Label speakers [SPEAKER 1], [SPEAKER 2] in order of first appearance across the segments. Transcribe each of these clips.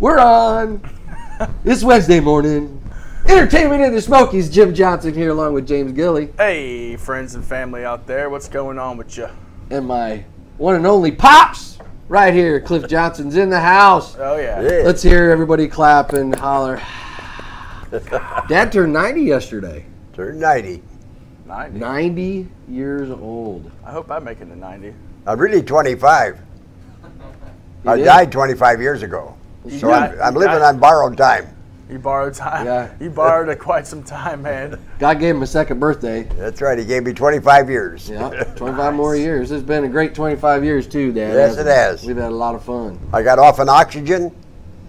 [SPEAKER 1] We're on. it's Wednesday morning. Entertainment in the Smokies. Jim Johnson here, along with James Gilly
[SPEAKER 2] Hey, friends and family out there, what's going on with you?
[SPEAKER 1] and my one and only pops right here. Cliff Johnson's in the house.
[SPEAKER 2] Oh yeah.
[SPEAKER 1] Let's hear everybody clap and holler. Dad turned 90 yesterday.
[SPEAKER 3] Turn 90.
[SPEAKER 2] 90.
[SPEAKER 1] 90 years old.
[SPEAKER 2] I hope I make it to 90.
[SPEAKER 3] I'm really 25.
[SPEAKER 1] He
[SPEAKER 3] I
[SPEAKER 1] did.
[SPEAKER 3] died 25 years ago. So
[SPEAKER 2] Yeah,
[SPEAKER 3] I'm, I'm
[SPEAKER 2] you
[SPEAKER 3] living
[SPEAKER 2] died.
[SPEAKER 3] on borrowed time.
[SPEAKER 2] You borrowed time.
[SPEAKER 1] Yeah.
[SPEAKER 2] You borrowed uh, quite some time, man.
[SPEAKER 1] God gave him a second birthday.
[SPEAKER 3] That's right. He gave me 25 years.
[SPEAKER 1] Yeah, 25 more years. It's been a great 25 years too, Dad.
[SPEAKER 3] Yes,
[SPEAKER 1] hasn't
[SPEAKER 3] it has.
[SPEAKER 1] We've had a lot of fun.
[SPEAKER 3] I got off on oxygen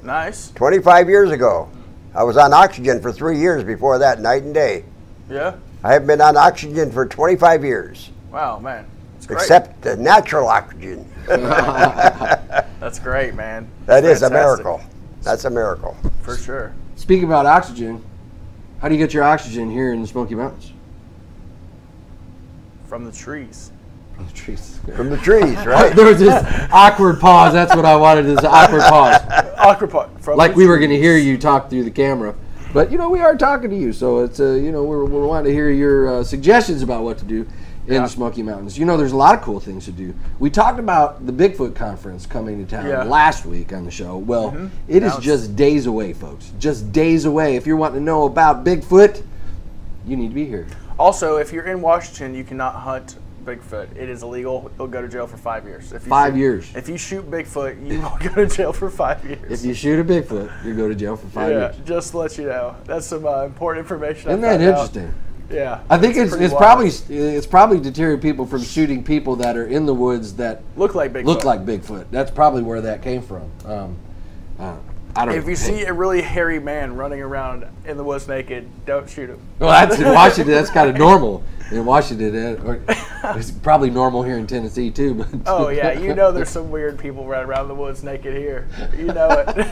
[SPEAKER 2] Nice.
[SPEAKER 3] 25 years ago. I was on oxygen for three years before that, night and day.
[SPEAKER 2] Yeah.
[SPEAKER 3] I have been on oxygen for 25 years,
[SPEAKER 2] Wow, man. That's great.
[SPEAKER 3] except the natural oxygen.
[SPEAKER 2] That's great, man.
[SPEAKER 3] That is a
[SPEAKER 2] Fantastic.
[SPEAKER 3] miracle. That's a miracle.
[SPEAKER 2] For sure.
[SPEAKER 1] Speaking about oxygen, how do you get your oxygen here in the Smoky Mountains?
[SPEAKER 2] From the trees. Oh,
[SPEAKER 1] From the trees.
[SPEAKER 3] From the trees, right?
[SPEAKER 1] there was this awkward pause. That's what I wanted. This awkward pause,
[SPEAKER 2] Awkward part. From
[SPEAKER 1] like
[SPEAKER 2] the
[SPEAKER 1] we were going to
[SPEAKER 2] trees.
[SPEAKER 1] hear you talk through the camera. But you know, we are talking to you, so it's uh, you know we're, we're wanting to hear your uh, suggestions about what to do in the Smoky Mountains. You know, there's a lot of cool things to do. We talked about the Bigfoot conference coming to town
[SPEAKER 2] Yeah. Mm-hmm.
[SPEAKER 1] last week on the show. Well, it is
[SPEAKER 2] Now it's-
[SPEAKER 1] just days away, folks. Just days away. If you're wanting to know about Bigfoot, you need to be here.
[SPEAKER 2] Also, if you're in Washington, you cannot hunt Bigfoot. It is illegal. You'll go to jail for five years. If you
[SPEAKER 1] Five
[SPEAKER 2] shoot,
[SPEAKER 1] years.
[SPEAKER 2] If you shoot Bigfoot, you will go to jail for five years.
[SPEAKER 1] If you shoot a Bigfoot, you go to jail for five
[SPEAKER 2] yeah,
[SPEAKER 1] years.
[SPEAKER 2] just to let you know. That's some uh, important information. I
[SPEAKER 1] Isn't that
[SPEAKER 2] found out.
[SPEAKER 1] interesting?
[SPEAKER 2] Yeah.
[SPEAKER 1] I think it's
[SPEAKER 2] pretty
[SPEAKER 1] it's
[SPEAKER 2] wild.
[SPEAKER 1] probably it's probably deterring people from shooting people that are in the woods that
[SPEAKER 2] look like Bigfoot.
[SPEAKER 1] look like Bigfoot. That's probably where that came from. Um, uh, I don't.
[SPEAKER 2] If you see a really hairy man running around in the woods naked, don't shoot him.
[SPEAKER 1] well, that's in Washington. That's kind of normal in Washington. uh, Or it's probably normal here in Tennessee too. But
[SPEAKER 2] Oh yeah, you know there's some weird people running around the woods naked here. You know it.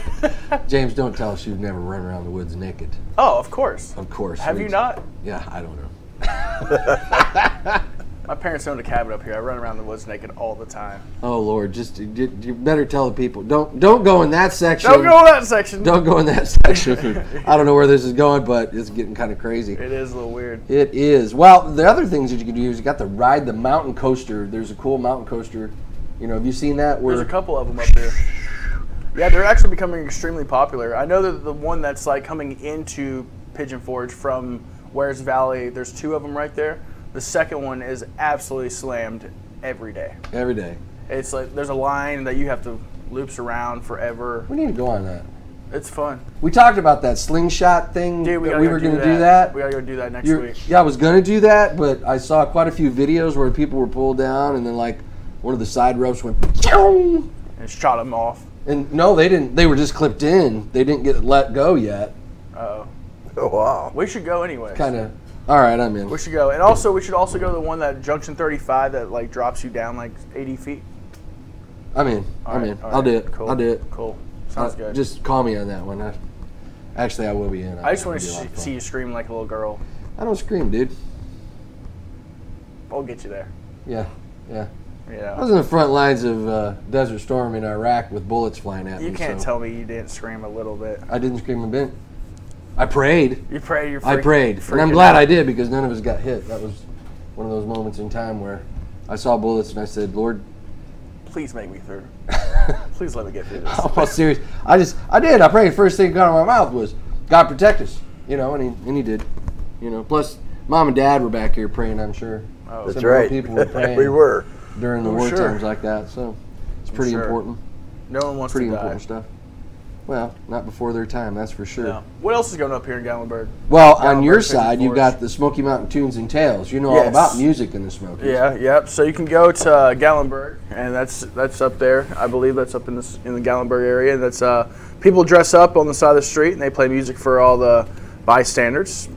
[SPEAKER 1] James, don't tell us you've never run around the woods naked.
[SPEAKER 2] oh, of course.
[SPEAKER 1] Of course.
[SPEAKER 2] Have
[SPEAKER 1] we-
[SPEAKER 2] you not?
[SPEAKER 1] Yeah, I don't know.
[SPEAKER 2] My parents owned a cabin up here. I run around the woods naked all the time.
[SPEAKER 1] Oh Lord, just you, you better tell the people. Don't don't go in that section.
[SPEAKER 2] Don't go in that section.
[SPEAKER 1] Don't go in that section. I don't know where this is going, but it's getting kind of crazy.
[SPEAKER 2] It is a little weird.
[SPEAKER 1] It is. Well, the other things that you can do is you got to ride the mountain coaster. There's a cool mountain coaster. You know, have you seen that? Where
[SPEAKER 2] There's a couple of them up here. Yeah, they're actually becoming extremely popular. I know that the one that's like coming into Pigeon Forge from Wares Valley, there's two of them right there. The second one is absolutely slammed every day.
[SPEAKER 1] every day.
[SPEAKER 2] It's like there's a line that you have to loops around forever.
[SPEAKER 1] We need to go on that.
[SPEAKER 2] It's fun.
[SPEAKER 1] We talked about that slingshot thing
[SPEAKER 2] Dude, we,
[SPEAKER 1] that
[SPEAKER 2] gotta
[SPEAKER 1] we
[SPEAKER 2] go
[SPEAKER 1] were
[SPEAKER 2] do
[SPEAKER 1] going to
[SPEAKER 2] that.
[SPEAKER 1] do that.
[SPEAKER 2] We gotta go do that next
[SPEAKER 1] You're-
[SPEAKER 2] week.
[SPEAKER 1] yeah, I was going to do that, but I saw quite a few videos where people were pulled down and then like one of the side ropes went. "Chow!"
[SPEAKER 2] And shot them off.
[SPEAKER 1] And no, they didn't. They were just clipped in. They didn't get let go yet.
[SPEAKER 2] Oh,
[SPEAKER 3] wow.
[SPEAKER 2] we should go anyway.
[SPEAKER 1] Kind of. All right, I'm in.
[SPEAKER 2] We should go, and also we should also go to the one that Junction 35 that like drops you down like 80 feet.
[SPEAKER 1] I'm in.
[SPEAKER 2] All
[SPEAKER 1] I'm
[SPEAKER 2] right,
[SPEAKER 1] in.
[SPEAKER 2] all
[SPEAKER 1] I'll
[SPEAKER 2] right,
[SPEAKER 1] do it.
[SPEAKER 2] Cool.
[SPEAKER 1] I'll do it.
[SPEAKER 2] Cool. Sounds
[SPEAKER 1] Uh,
[SPEAKER 2] good.
[SPEAKER 1] Just call me on that one. I, actually, I will be in.
[SPEAKER 2] I just want to
[SPEAKER 1] It'll be a lot
[SPEAKER 2] see,
[SPEAKER 1] of fun.
[SPEAKER 2] see you scream like a little girl.
[SPEAKER 1] I don't scream, dude.
[SPEAKER 2] I'll get you there.
[SPEAKER 1] Yeah, yeah.
[SPEAKER 2] You
[SPEAKER 1] I
[SPEAKER 2] know.
[SPEAKER 1] was in the front lines of uh, Desert Storm in Iraq with bullets flying at me.
[SPEAKER 2] You can't
[SPEAKER 1] so
[SPEAKER 2] tell me you didn't scream a little bit.
[SPEAKER 1] I didn't scream a bit. I prayed.
[SPEAKER 2] You prayed. You're
[SPEAKER 1] I
[SPEAKER 2] freak-
[SPEAKER 1] prayed, and I'm
[SPEAKER 2] freaking
[SPEAKER 1] glad
[SPEAKER 2] out.
[SPEAKER 1] I did because none of us got hit. That was one of those moments in time where I saw bullets and I said, "Lord,
[SPEAKER 2] Please make me through. Please let me get through this.
[SPEAKER 1] I'm all serious." I just, I did. I prayed. First thing that got out of my mouth was, "God protect us," you know, and he, and he did, you know. Plus, mom and dad were back here praying. I'm sure.
[SPEAKER 2] Oh.
[SPEAKER 1] Some
[SPEAKER 3] That's
[SPEAKER 1] more
[SPEAKER 3] right.
[SPEAKER 1] People were praying.
[SPEAKER 3] we were.
[SPEAKER 1] during the
[SPEAKER 2] I'm
[SPEAKER 1] war
[SPEAKER 2] Oh, sure.
[SPEAKER 1] times like that. So it's pretty
[SPEAKER 2] sure.
[SPEAKER 1] important.
[SPEAKER 2] No one wants
[SPEAKER 1] Pretty
[SPEAKER 2] to die.
[SPEAKER 1] important stuff. Well, not before their time, that's for sure.
[SPEAKER 2] No. What else is going up here in Gatlinburg?
[SPEAKER 1] Well,
[SPEAKER 2] Down
[SPEAKER 1] on
[SPEAKER 2] by
[SPEAKER 1] your
[SPEAKER 2] Pigeon
[SPEAKER 1] side, you've
[SPEAKER 2] Forge.
[SPEAKER 1] got the Smoky Mountain Tunes and Tales. You know all
[SPEAKER 2] Yes.
[SPEAKER 1] about music in the Smokies.
[SPEAKER 2] Yeah, yep. So you can go to uh, Gallenberg, and that's that's up there. I believe that's up in this in the Gallenberg area. That's uh, people dress up on the side of the street and they play music for all the bystanders,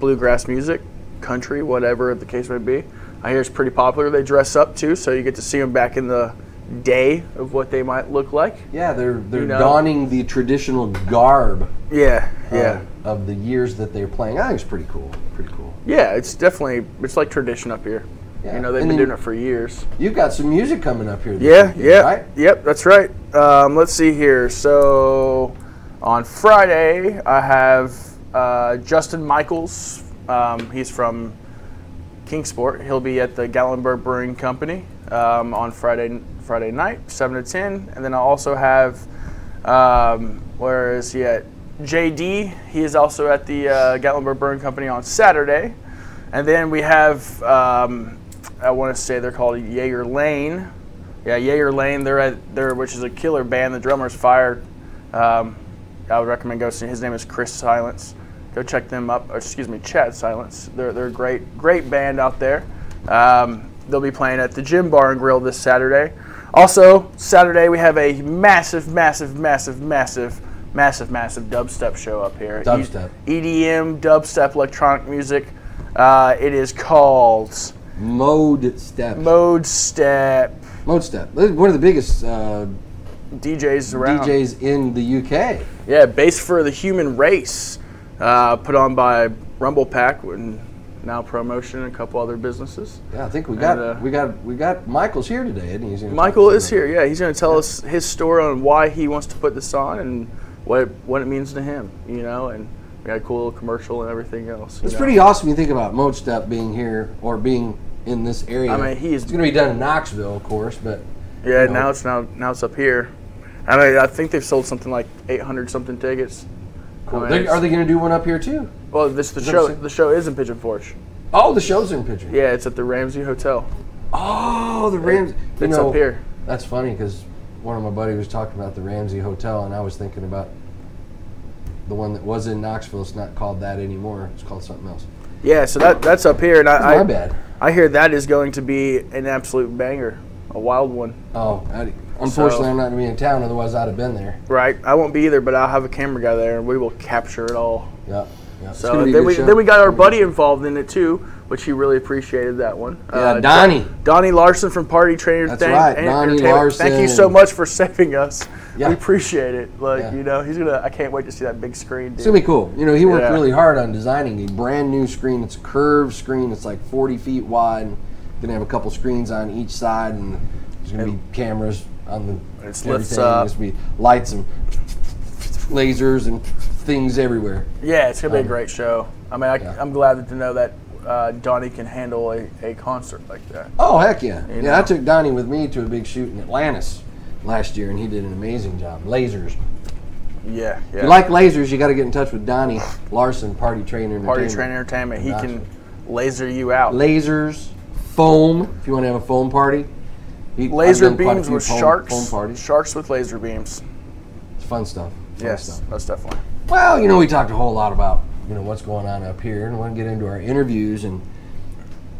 [SPEAKER 2] bluegrass music, country, whatever the case may be. I hear it's pretty popular. They dress up too, so you get to see them back in the day of what they might look like.
[SPEAKER 1] Yeah, they're they're
[SPEAKER 2] You know.
[SPEAKER 1] donning the traditional garb
[SPEAKER 2] Yeah,
[SPEAKER 1] uh,
[SPEAKER 2] yeah,
[SPEAKER 1] of the years that they're playing. I think it's pretty cool. Pretty cool.
[SPEAKER 2] yeah. It's definitely it's like tradition up here.
[SPEAKER 1] Yeah.
[SPEAKER 2] You know they've
[SPEAKER 1] And
[SPEAKER 2] been
[SPEAKER 1] then-
[SPEAKER 2] doing it for years.
[SPEAKER 1] You've got some music coming up here. This
[SPEAKER 2] Yeah,
[SPEAKER 1] weekend,
[SPEAKER 2] yeah,
[SPEAKER 1] Right?
[SPEAKER 2] yep. That's right. Um, let's see here. So On Friday, I have uh, Justin Michaels. Um, he's from Kingsport. He'll be at the Gallenberg Brewing Company um, on Friday Friday night, seven to ten. And then I also have um, where is he at? JD. He is also at the uh, Gatlinburg Brewing Company on Saturday. And then we have, um, I want to say they're called Jaeger Lane. Yeah, Jaeger Lane. They're at there, which is a killer band. The drummer's fired. Um, I would recommend go see. His name is Chris Silence. Go check them up. Or excuse me, Chad Silence. They're they're a great great band out there. Um, they'll be playing at the Gym Bar and Grill this Saturday. Also, Saturday we have a massive, massive, massive, massive, massive, massive dubstep show up here. E-
[SPEAKER 1] Dubstep.
[SPEAKER 2] EDM, dubstep, electronic music. Uh, it is called
[SPEAKER 1] Mode Step.
[SPEAKER 2] Mode Step
[SPEAKER 1] Mode Step. This is One of the biggest uh,
[SPEAKER 2] DJs around.
[SPEAKER 1] DJs in the UK.
[SPEAKER 2] Yeah, Bass for the Human Race, uh, put on by Rumble Pack and now Promotion and a couple other businesses.
[SPEAKER 1] Yeah, I think we got
[SPEAKER 2] And, uh,
[SPEAKER 1] we got we got Michael's here today, isn't he? He's gonna
[SPEAKER 2] Michael
[SPEAKER 1] talk to us
[SPEAKER 2] is
[SPEAKER 1] about
[SPEAKER 2] here. Yeah, he's going to tell us his story on why he wants to put this on and what it, what it means to him. You know, and we got a cool little commercial and everything else. you
[SPEAKER 1] It's
[SPEAKER 2] know.
[SPEAKER 1] pretty awesome. You think about Mode Step being here or being in this area.
[SPEAKER 2] I mean, he is-
[SPEAKER 1] It's going to be done in Knoxville, of course, but
[SPEAKER 2] Yeah,
[SPEAKER 1] you know.
[SPEAKER 2] now it's now now it's up here. I mean, I think they've sold something like 800 something tickets. I mean,
[SPEAKER 1] they,
[SPEAKER 2] it's-
[SPEAKER 1] are they going to do one up here too?
[SPEAKER 2] Well, this the
[SPEAKER 1] that what
[SPEAKER 2] show.
[SPEAKER 1] you said?
[SPEAKER 2] The show is in Pigeon Forge.
[SPEAKER 1] Oh, the show's in Pitcher.
[SPEAKER 2] Yeah, it's at the Ramsey Hotel.
[SPEAKER 1] Oh, the Rams. you
[SPEAKER 2] It's
[SPEAKER 1] know,
[SPEAKER 2] up here.
[SPEAKER 1] That's funny because one of my buddies was talking about the Ramsey Hotel, and I was thinking about the one that was in Knoxville. It's not called that anymore. It's called something else.
[SPEAKER 2] Yeah, so that that's up here, and I
[SPEAKER 1] my
[SPEAKER 2] I,
[SPEAKER 1] bad.
[SPEAKER 2] I hear that is going to be an absolute banger, a wild one.
[SPEAKER 1] Oh, I, unfortunately,
[SPEAKER 2] So-
[SPEAKER 1] I'm not going to be in town. Otherwise, I'd have been there.
[SPEAKER 2] Right? I won't be either, but I'll have a camera guy there, and we will capture it all.
[SPEAKER 1] Yeah. yeah. It's
[SPEAKER 2] So
[SPEAKER 1] gonna be a
[SPEAKER 2] then
[SPEAKER 1] good
[SPEAKER 2] we
[SPEAKER 1] show.
[SPEAKER 2] then we got our buddy involved in it too, which he really appreciated that one.
[SPEAKER 1] Yeah,
[SPEAKER 2] Uh,
[SPEAKER 1] Donnie.
[SPEAKER 2] Donnie Larson from Party Trainer.
[SPEAKER 1] That's right, Donnie
[SPEAKER 2] Thank you
[SPEAKER 1] Larson.
[SPEAKER 2] so much for saving us.
[SPEAKER 1] Yeah.
[SPEAKER 2] We appreciate it. Like
[SPEAKER 1] Yeah.
[SPEAKER 2] you know, he's gonna. I can't wait to see that big screen.
[SPEAKER 1] It's
[SPEAKER 2] Dude.
[SPEAKER 1] gonna be cool. You know, he worked
[SPEAKER 2] Yeah.
[SPEAKER 1] really hard on designing a brand new screen. It's a curved screen. It's like 40 feet wide. and Gonna have a couple screens on each side, and there's gonna be cameras on the.
[SPEAKER 2] It's
[SPEAKER 1] everything.
[SPEAKER 2] uh, lifts up.
[SPEAKER 1] There's gonna be lights and lasers and things everywhere.
[SPEAKER 2] yeah, it's gonna be a great show. I mean, I,
[SPEAKER 1] yeah.
[SPEAKER 2] I'm glad to know that uh, Donnie can handle a, a concert like that.
[SPEAKER 1] Oh heck yeah! yeah, I
[SPEAKER 2] know.
[SPEAKER 1] took Donnie with me to a big shoot in Atlantis last year, and he did an amazing job. Lasers.
[SPEAKER 2] Yeah, yeah.
[SPEAKER 1] If you like lasers, you got to get in touch with Donnie Larson, Party Trainer.
[SPEAKER 2] Party
[SPEAKER 1] Entertainment.
[SPEAKER 2] Train Entertainment. He
[SPEAKER 1] Gotcha.
[SPEAKER 2] can laser you out.
[SPEAKER 1] lasers, foam. If you want to have a foam party, He- I've
[SPEAKER 2] laser
[SPEAKER 1] done quite a
[SPEAKER 2] beams
[SPEAKER 1] few
[SPEAKER 2] with
[SPEAKER 1] foam-
[SPEAKER 2] sharks.
[SPEAKER 1] Foam parties,
[SPEAKER 2] Sharks with laser beams.
[SPEAKER 1] it's fun stuff. Fun
[SPEAKER 2] Yes,
[SPEAKER 1] Stuff.
[SPEAKER 2] most definitely.
[SPEAKER 1] Well, you know, we talked a whole lot about you know what's going on up here, and we want to get into our interviews and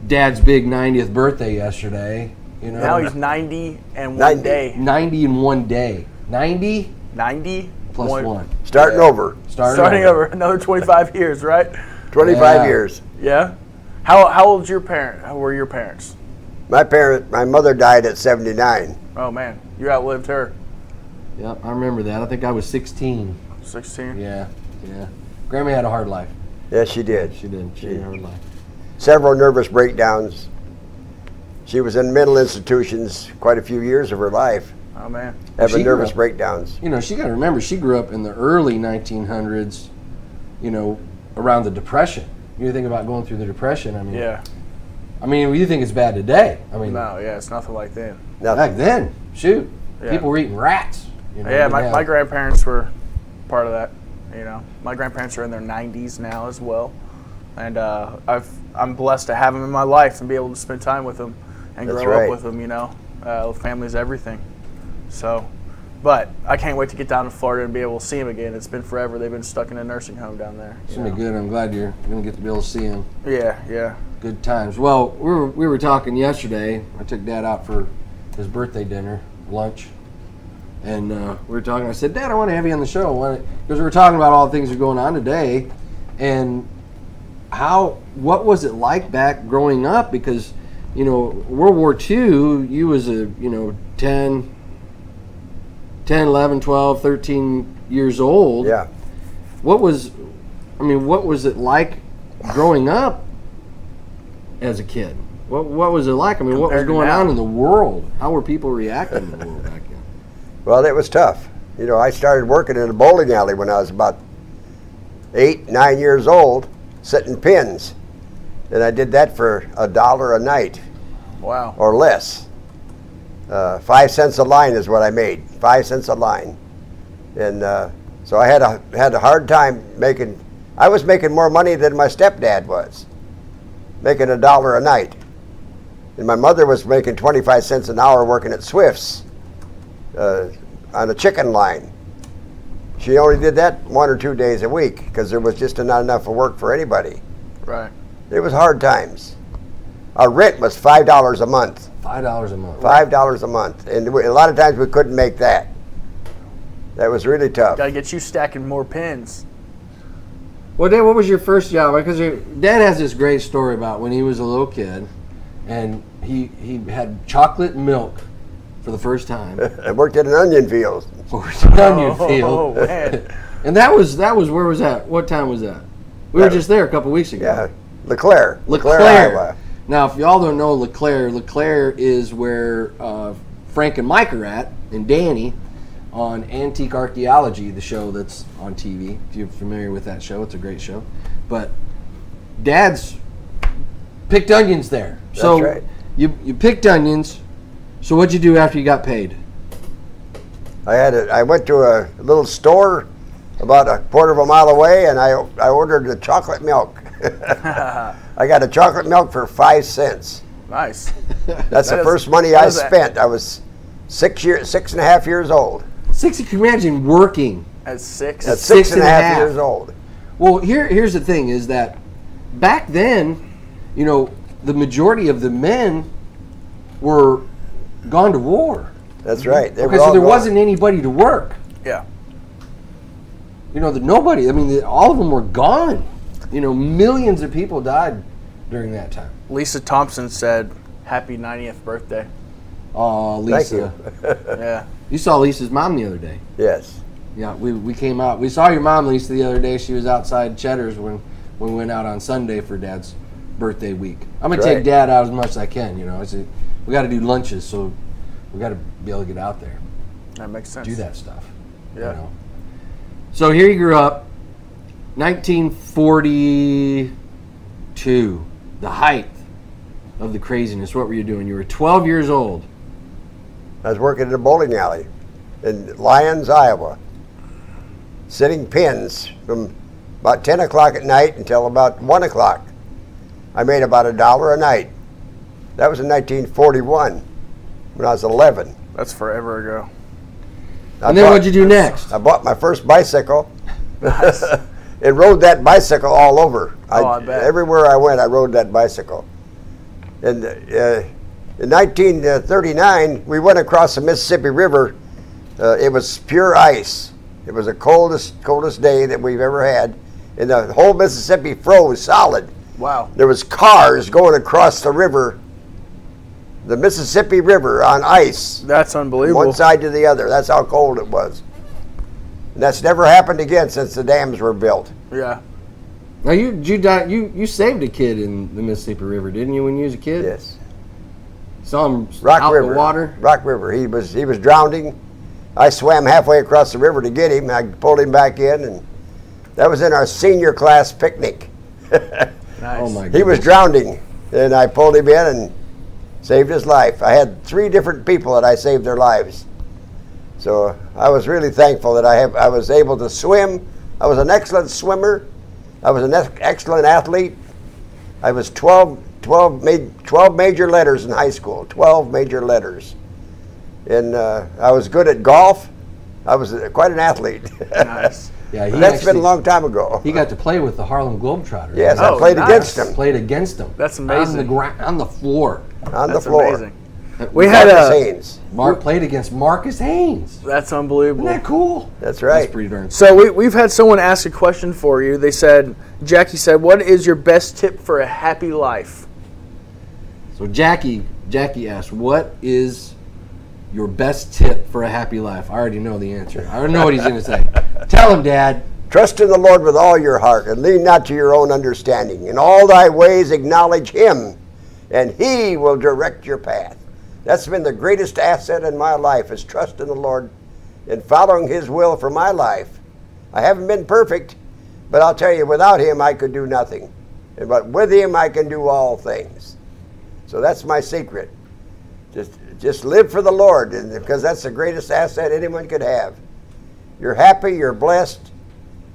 [SPEAKER 1] Dad's big 90th birthday yesterday. You know,
[SPEAKER 2] Now he's 90 and one
[SPEAKER 3] 90.
[SPEAKER 2] day.
[SPEAKER 1] 90 in one day. 90
[SPEAKER 2] 90
[SPEAKER 1] plus one.
[SPEAKER 3] Starting over.
[SPEAKER 1] Starting,
[SPEAKER 2] Starting over another 25 years, right?
[SPEAKER 3] 25
[SPEAKER 1] Yeah.
[SPEAKER 3] years.
[SPEAKER 2] Yeah. How how old's your parent? How were your parents?
[SPEAKER 3] My parent, my mother died at 79.
[SPEAKER 2] Oh man, you outlived her.
[SPEAKER 1] Yep, I remember that. I think I was 16.
[SPEAKER 2] 16.
[SPEAKER 1] Yeah, yeah. Grammy had a hard life.
[SPEAKER 3] Yes, she did.
[SPEAKER 1] She did. She had a hard life.
[SPEAKER 3] Several nervous breakdowns. She was in mental institutions quite a few years of her life,
[SPEAKER 2] Oh man.
[SPEAKER 3] having
[SPEAKER 1] She grew
[SPEAKER 3] nervous
[SPEAKER 1] up-
[SPEAKER 3] breakdowns.
[SPEAKER 1] you know, she got to remember she grew up in the early 1900s, you know, around the Depression. You think about going through the Depression. I mean,
[SPEAKER 2] Yeah.
[SPEAKER 1] I mean, you think it's bad today? I mean,
[SPEAKER 2] No, yeah, it's nothing like that.
[SPEAKER 1] back
[SPEAKER 3] Nothing.
[SPEAKER 1] then, shoot,
[SPEAKER 2] Yeah.
[SPEAKER 1] people were eating rats. You know,
[SPEAKER 2] Yeah,
[SPEAKER 1] they
[SPEAKER 2] my,
[SPEAKER 1] had-
[SPEAKER 2] my grandparents were part of that. You know, my grandparents are in their 90s now as well, and uh, I've I'm blessed to have them in my life and be able to spend time with them and
[SPEAKER 3] That's
[SPEAKER 2] grow
[SPEAKER 3] right.
[SPEAKER 2] up with them. You know, uh, family's everything. So, but I can't wait to get down to Florida and be able to see them again. It's been forever. They've been stuck in a nursing home down there. you
[SPEAKER 1] It's gonna
[SPEAKER 2] know.
[SPEAKER 1] be good. I'm glad you're gonna get to be able to see him.
[SPEAKER 2] Yeah, yeah,
[SPEAKER 1] Good times. Well, we were we were talking yesterday. I took Dad out for his birthday dinner lunch. And uh, we were talking. I said, Dad, I want to have you on the show. Because we were talking about all the things that are going on today, and how what was it like back growing up because you know world war ii you was a you know 10 10 11 12 13 years old
[SPEAKER 3] Yeah.
[SPEAKER 1] what was i mean what was it like growing up as a kid what, what was it like i mean what was
[SPEAKER 2] Compared to
[SPEAKER 1] going
[SPEAKER 2] now.
[SPEAKER 1] on in the world how were people reacting in the world back then
[SPEAKER 3] Well, it was tough. You know, I started working in a bowling alley when I was about eight, nine years old, setting pins. And I did that for a dollar a night
[SPEAKER 2] Wow.
[SPEAKER 3] or less. Uh, five cents a line is what I made. Five cents a line, and uh, so I had a had a hard time making. I was making more money than my stepdad was, making a dollar a night, and my mother was making twenty five cents an hour working at Swift's uh, on a chicken line. She only did that one or two days a week because there was just not enough work for anybody.
[SPEAKER 2] Right.
[SPEAKER 3] It was hard times. Our rent was five dollars a month
[SPEAKER 1] Five dollars a month.
[SPEAKER 3] five dollars a month, and we, a lot of times we couldn't make that. That was really tough.
[SPEAKER 2] Gotta get you stacking more pins.
[SPEAKER 1] Well, Dad, what was your first job? Because your Dad has this great story about when he was a little kid, and he he had chocolate milk for the first time.
[SPEAKER 3] I worked at an onion field.
[SPEAKER 1] for an onion
[SPEAKER 2] oh,
[SPEAKER 1] field.
[SPEAKER 2] man.
[SPEAKER 1] And that was that was where was that? What time was that? We were just there a couple weeks ago.
[SPEAKER 3] Yeah, Leclaire,
[SPEAKER 1] Leclaire.
[SPEAKER 3] Iowa.
[SPEAKER 1] Now, if y'all don't know Leclaire, Leclaire is where uh, Frank and Mike are at, and Danny on Antique Archaeology, the show that's on TV. If you're familiar with that show, it's a great show. But Dad's picked onions there. so
[SPEAKER 3] right.
[SPEAKER 1] you you picked onions. So what'd you do after you got paid?
[SPEAKER 3] I had a, I went to a little store about a quarter of a mile away, and I I ordered a chocolate milk. I got a chocolate milk for five cents.
[SPEAKER 2] Nice.
[SPEAKER 3] That's
[SPEAKER 2] That
[SPEAKER 3] the
[SPEAKER 2] is-
[SPEAKER 3] first money
[SPEAKER 2] that
[SPEAKER 3] I
[SPEAKER 2] is a-
[SPEAKER 3] spent. I was six years, six and a half years old.
[SPEAKER 1] Six. Can you imagine working
[SPEAKER 2] At six.
[SPEAKER 3] At
[SPEAKER 1] Six
[SPEAKER 3] six and a half years old.
[SPEAKER 1] Well, here here's the thing is that back then, you know, the majority of the men were gone to war.
[SPEAKER 3] That's right. They were
[SPEAKER 1] Okay, so
[SPEAKER 3] all
[SPEAKER 1] there
[SPEAKER 3] gone.
[SPEAKER 1] wasn't anybody to work.
[SPEAKER 2] yeah.
[SPEAKER 1] You know, the, nobody. I mean, the, all of them were gone. You know, millions of people died during that time.
[SPEAKER 2] Lisa Thompson said, "Happy 90th birthday."
[SPEAKER 1] Oh,
[SPEAKER 3] Thank
[SPEAKER 1] Lisa.
[SPEAKER 3] you.
[SPEAKER 2] Yeah.
[SPEAKER 1] You saw Lisa's mom the other day.
[SPEAKER 3] Yes.
[SPEAKER 1] Yeah, we, we came out. We saw your mom, Lisa, the other day. She was outside Cheddar's when, when we went out on Sunday for Dad's birthday week. I'm gonna take
[SPEAKER 3] Right.
[SPEAKER 1] Dad out as much as I can. You know, I said we got to do lunches, so we got to be able to get out there,
[SPEAKER 2] That makes sense.
[SPEAKER 1] do that stuff.
[SPEAKER 2] Yeah.
[SPEAKER 1] You know? So here you grew up, 1942, the height of the craziness. What were you doing? You were 12 years old.
[SPEAKER 3] I was working in a bowling alley in Lyons, Iowa, setting pins from about 10 o'clock at night until about 1 o'clock. I made about a dollar a night. That was in 1941 when I was 11.
[SPEAKER 2] That's forever ago.
[SPEAKER 3] I
[SPEAKER 1] and then
[SPEAKER 3] bought-
[SPEAKER 1] what'd you do next?
[SPEAKER 3] I bought my first bicycle and rode that bicycle all over.
[SPEAKER 2] Oh, I bet.
[SPEAKER 3] Everywhere I went, I rode that bicycle. And uh, in 1939, we went across the Mississippi River. Uh, it was pure ice. It was the coldest, coldest day that we've ever had. And the whole Mississippi froze solid.
[SPEAKER 2] Wow.
[SPEAKER 3] There was cars going across the river, the Mississippi River on ice
[SPEAKER 2] That's unbelievable.
[SPEAKER 3] one side to the other. That's how cold it was. And that's never happened again since the dams were built.
[SPEAKER 2] Yeah.
[SPEAKER 1] Now you you di you you saved a kid in the Mississippi River, didn't you? When you was a kid,
[SPEAKER 3] Yes,
[SPEAKER 1] Saw him
[SPEAKER 3] Rock
[SPEAKER 1] out
[SPEAKER 3] River.
[SPEAKER 1] the water.
[SPEAKER 3] Rock River. He was he was drowning. I swam halfway across the river to get him. I pulled him back in, and that was in our senior class picnic.
[SPEAKER 2] Nice.
[SPEAKER 1] Oh my!
[SPEAKER 3] He was drowning, and I pulled him in and saved his life. I had three different people that I saved their lives. So I was really thankful that I have I was able to swim. I was an excellent swimmer. I was an ex- excellent athlete. I was 12, 12, ma- 12 major letters in high school, 12 major letters. And uh, I was good at golf. I was uh, quite an athlete.
[SPEAKER 2] Nice.
[SPEAKER 1] Yeah, he
[SPEAKER 3] That's been
[SPEAKER 1] actually-
[SPEAKER 3] a long time ago.
[SPEAKER 1] He got to play with the Harlem Globetrotters.
[SPEAKER 3] yes,
[SPEAKER 1] I
[SPEAKER 2] Oh,
[SPEAKER 3] I played
[SPEAKER 2] nice.
[SPEAKER 3] against him
[SPEAKER 1] played against them.
[SPEAKER 2] That's
[SPEAKER 1] On
[SPEAKER 2] amazing.
[SPEAKER 1] the ground, on the floor.
[SPEAKER 3] on
[SPEAKER 2] That's
[SPEAKER 3] the floor.
[SPEAKER 2] amazing. We had
[SPEAKER 3] Marcus
[SPEAKER 2] a.
[SPEAKER 3] Haynes.
[SPEAKER 1] Mark played against Marcus Haynes. Isn't
[SPEAKER 2] That's unbelievable.
[SPEAKER 1] that cool?
[SPEAKER 3] That's right.
[SPEAKER 1] That's pretty darn.
[SPEAKER 2] So we, we've had someone ask a question for you. They said, Jackie said, what is your best tip for a happy life?
[SPEAKER 1] So Jackie, Jackie asked, "What is your best tip for a happy life?" I already know the answer. I already know what he's going to say. Tell him, Dad.
[SPEAKER 3] Trust in the Lord with all your heart and lean not to your own understanding. In all thy ways acknowledge him, and he will direct your path. That's been the greatest asset in my life is trust in the Lord and following His will for my life. I haven't been perfect, but I'll tell you, without Him, I could do nothing. But with Him, I can do all things. So that's my secret. Just, just live for the Lord, and- because that's the greatest asset anyone could have. You're happy, you're blessed,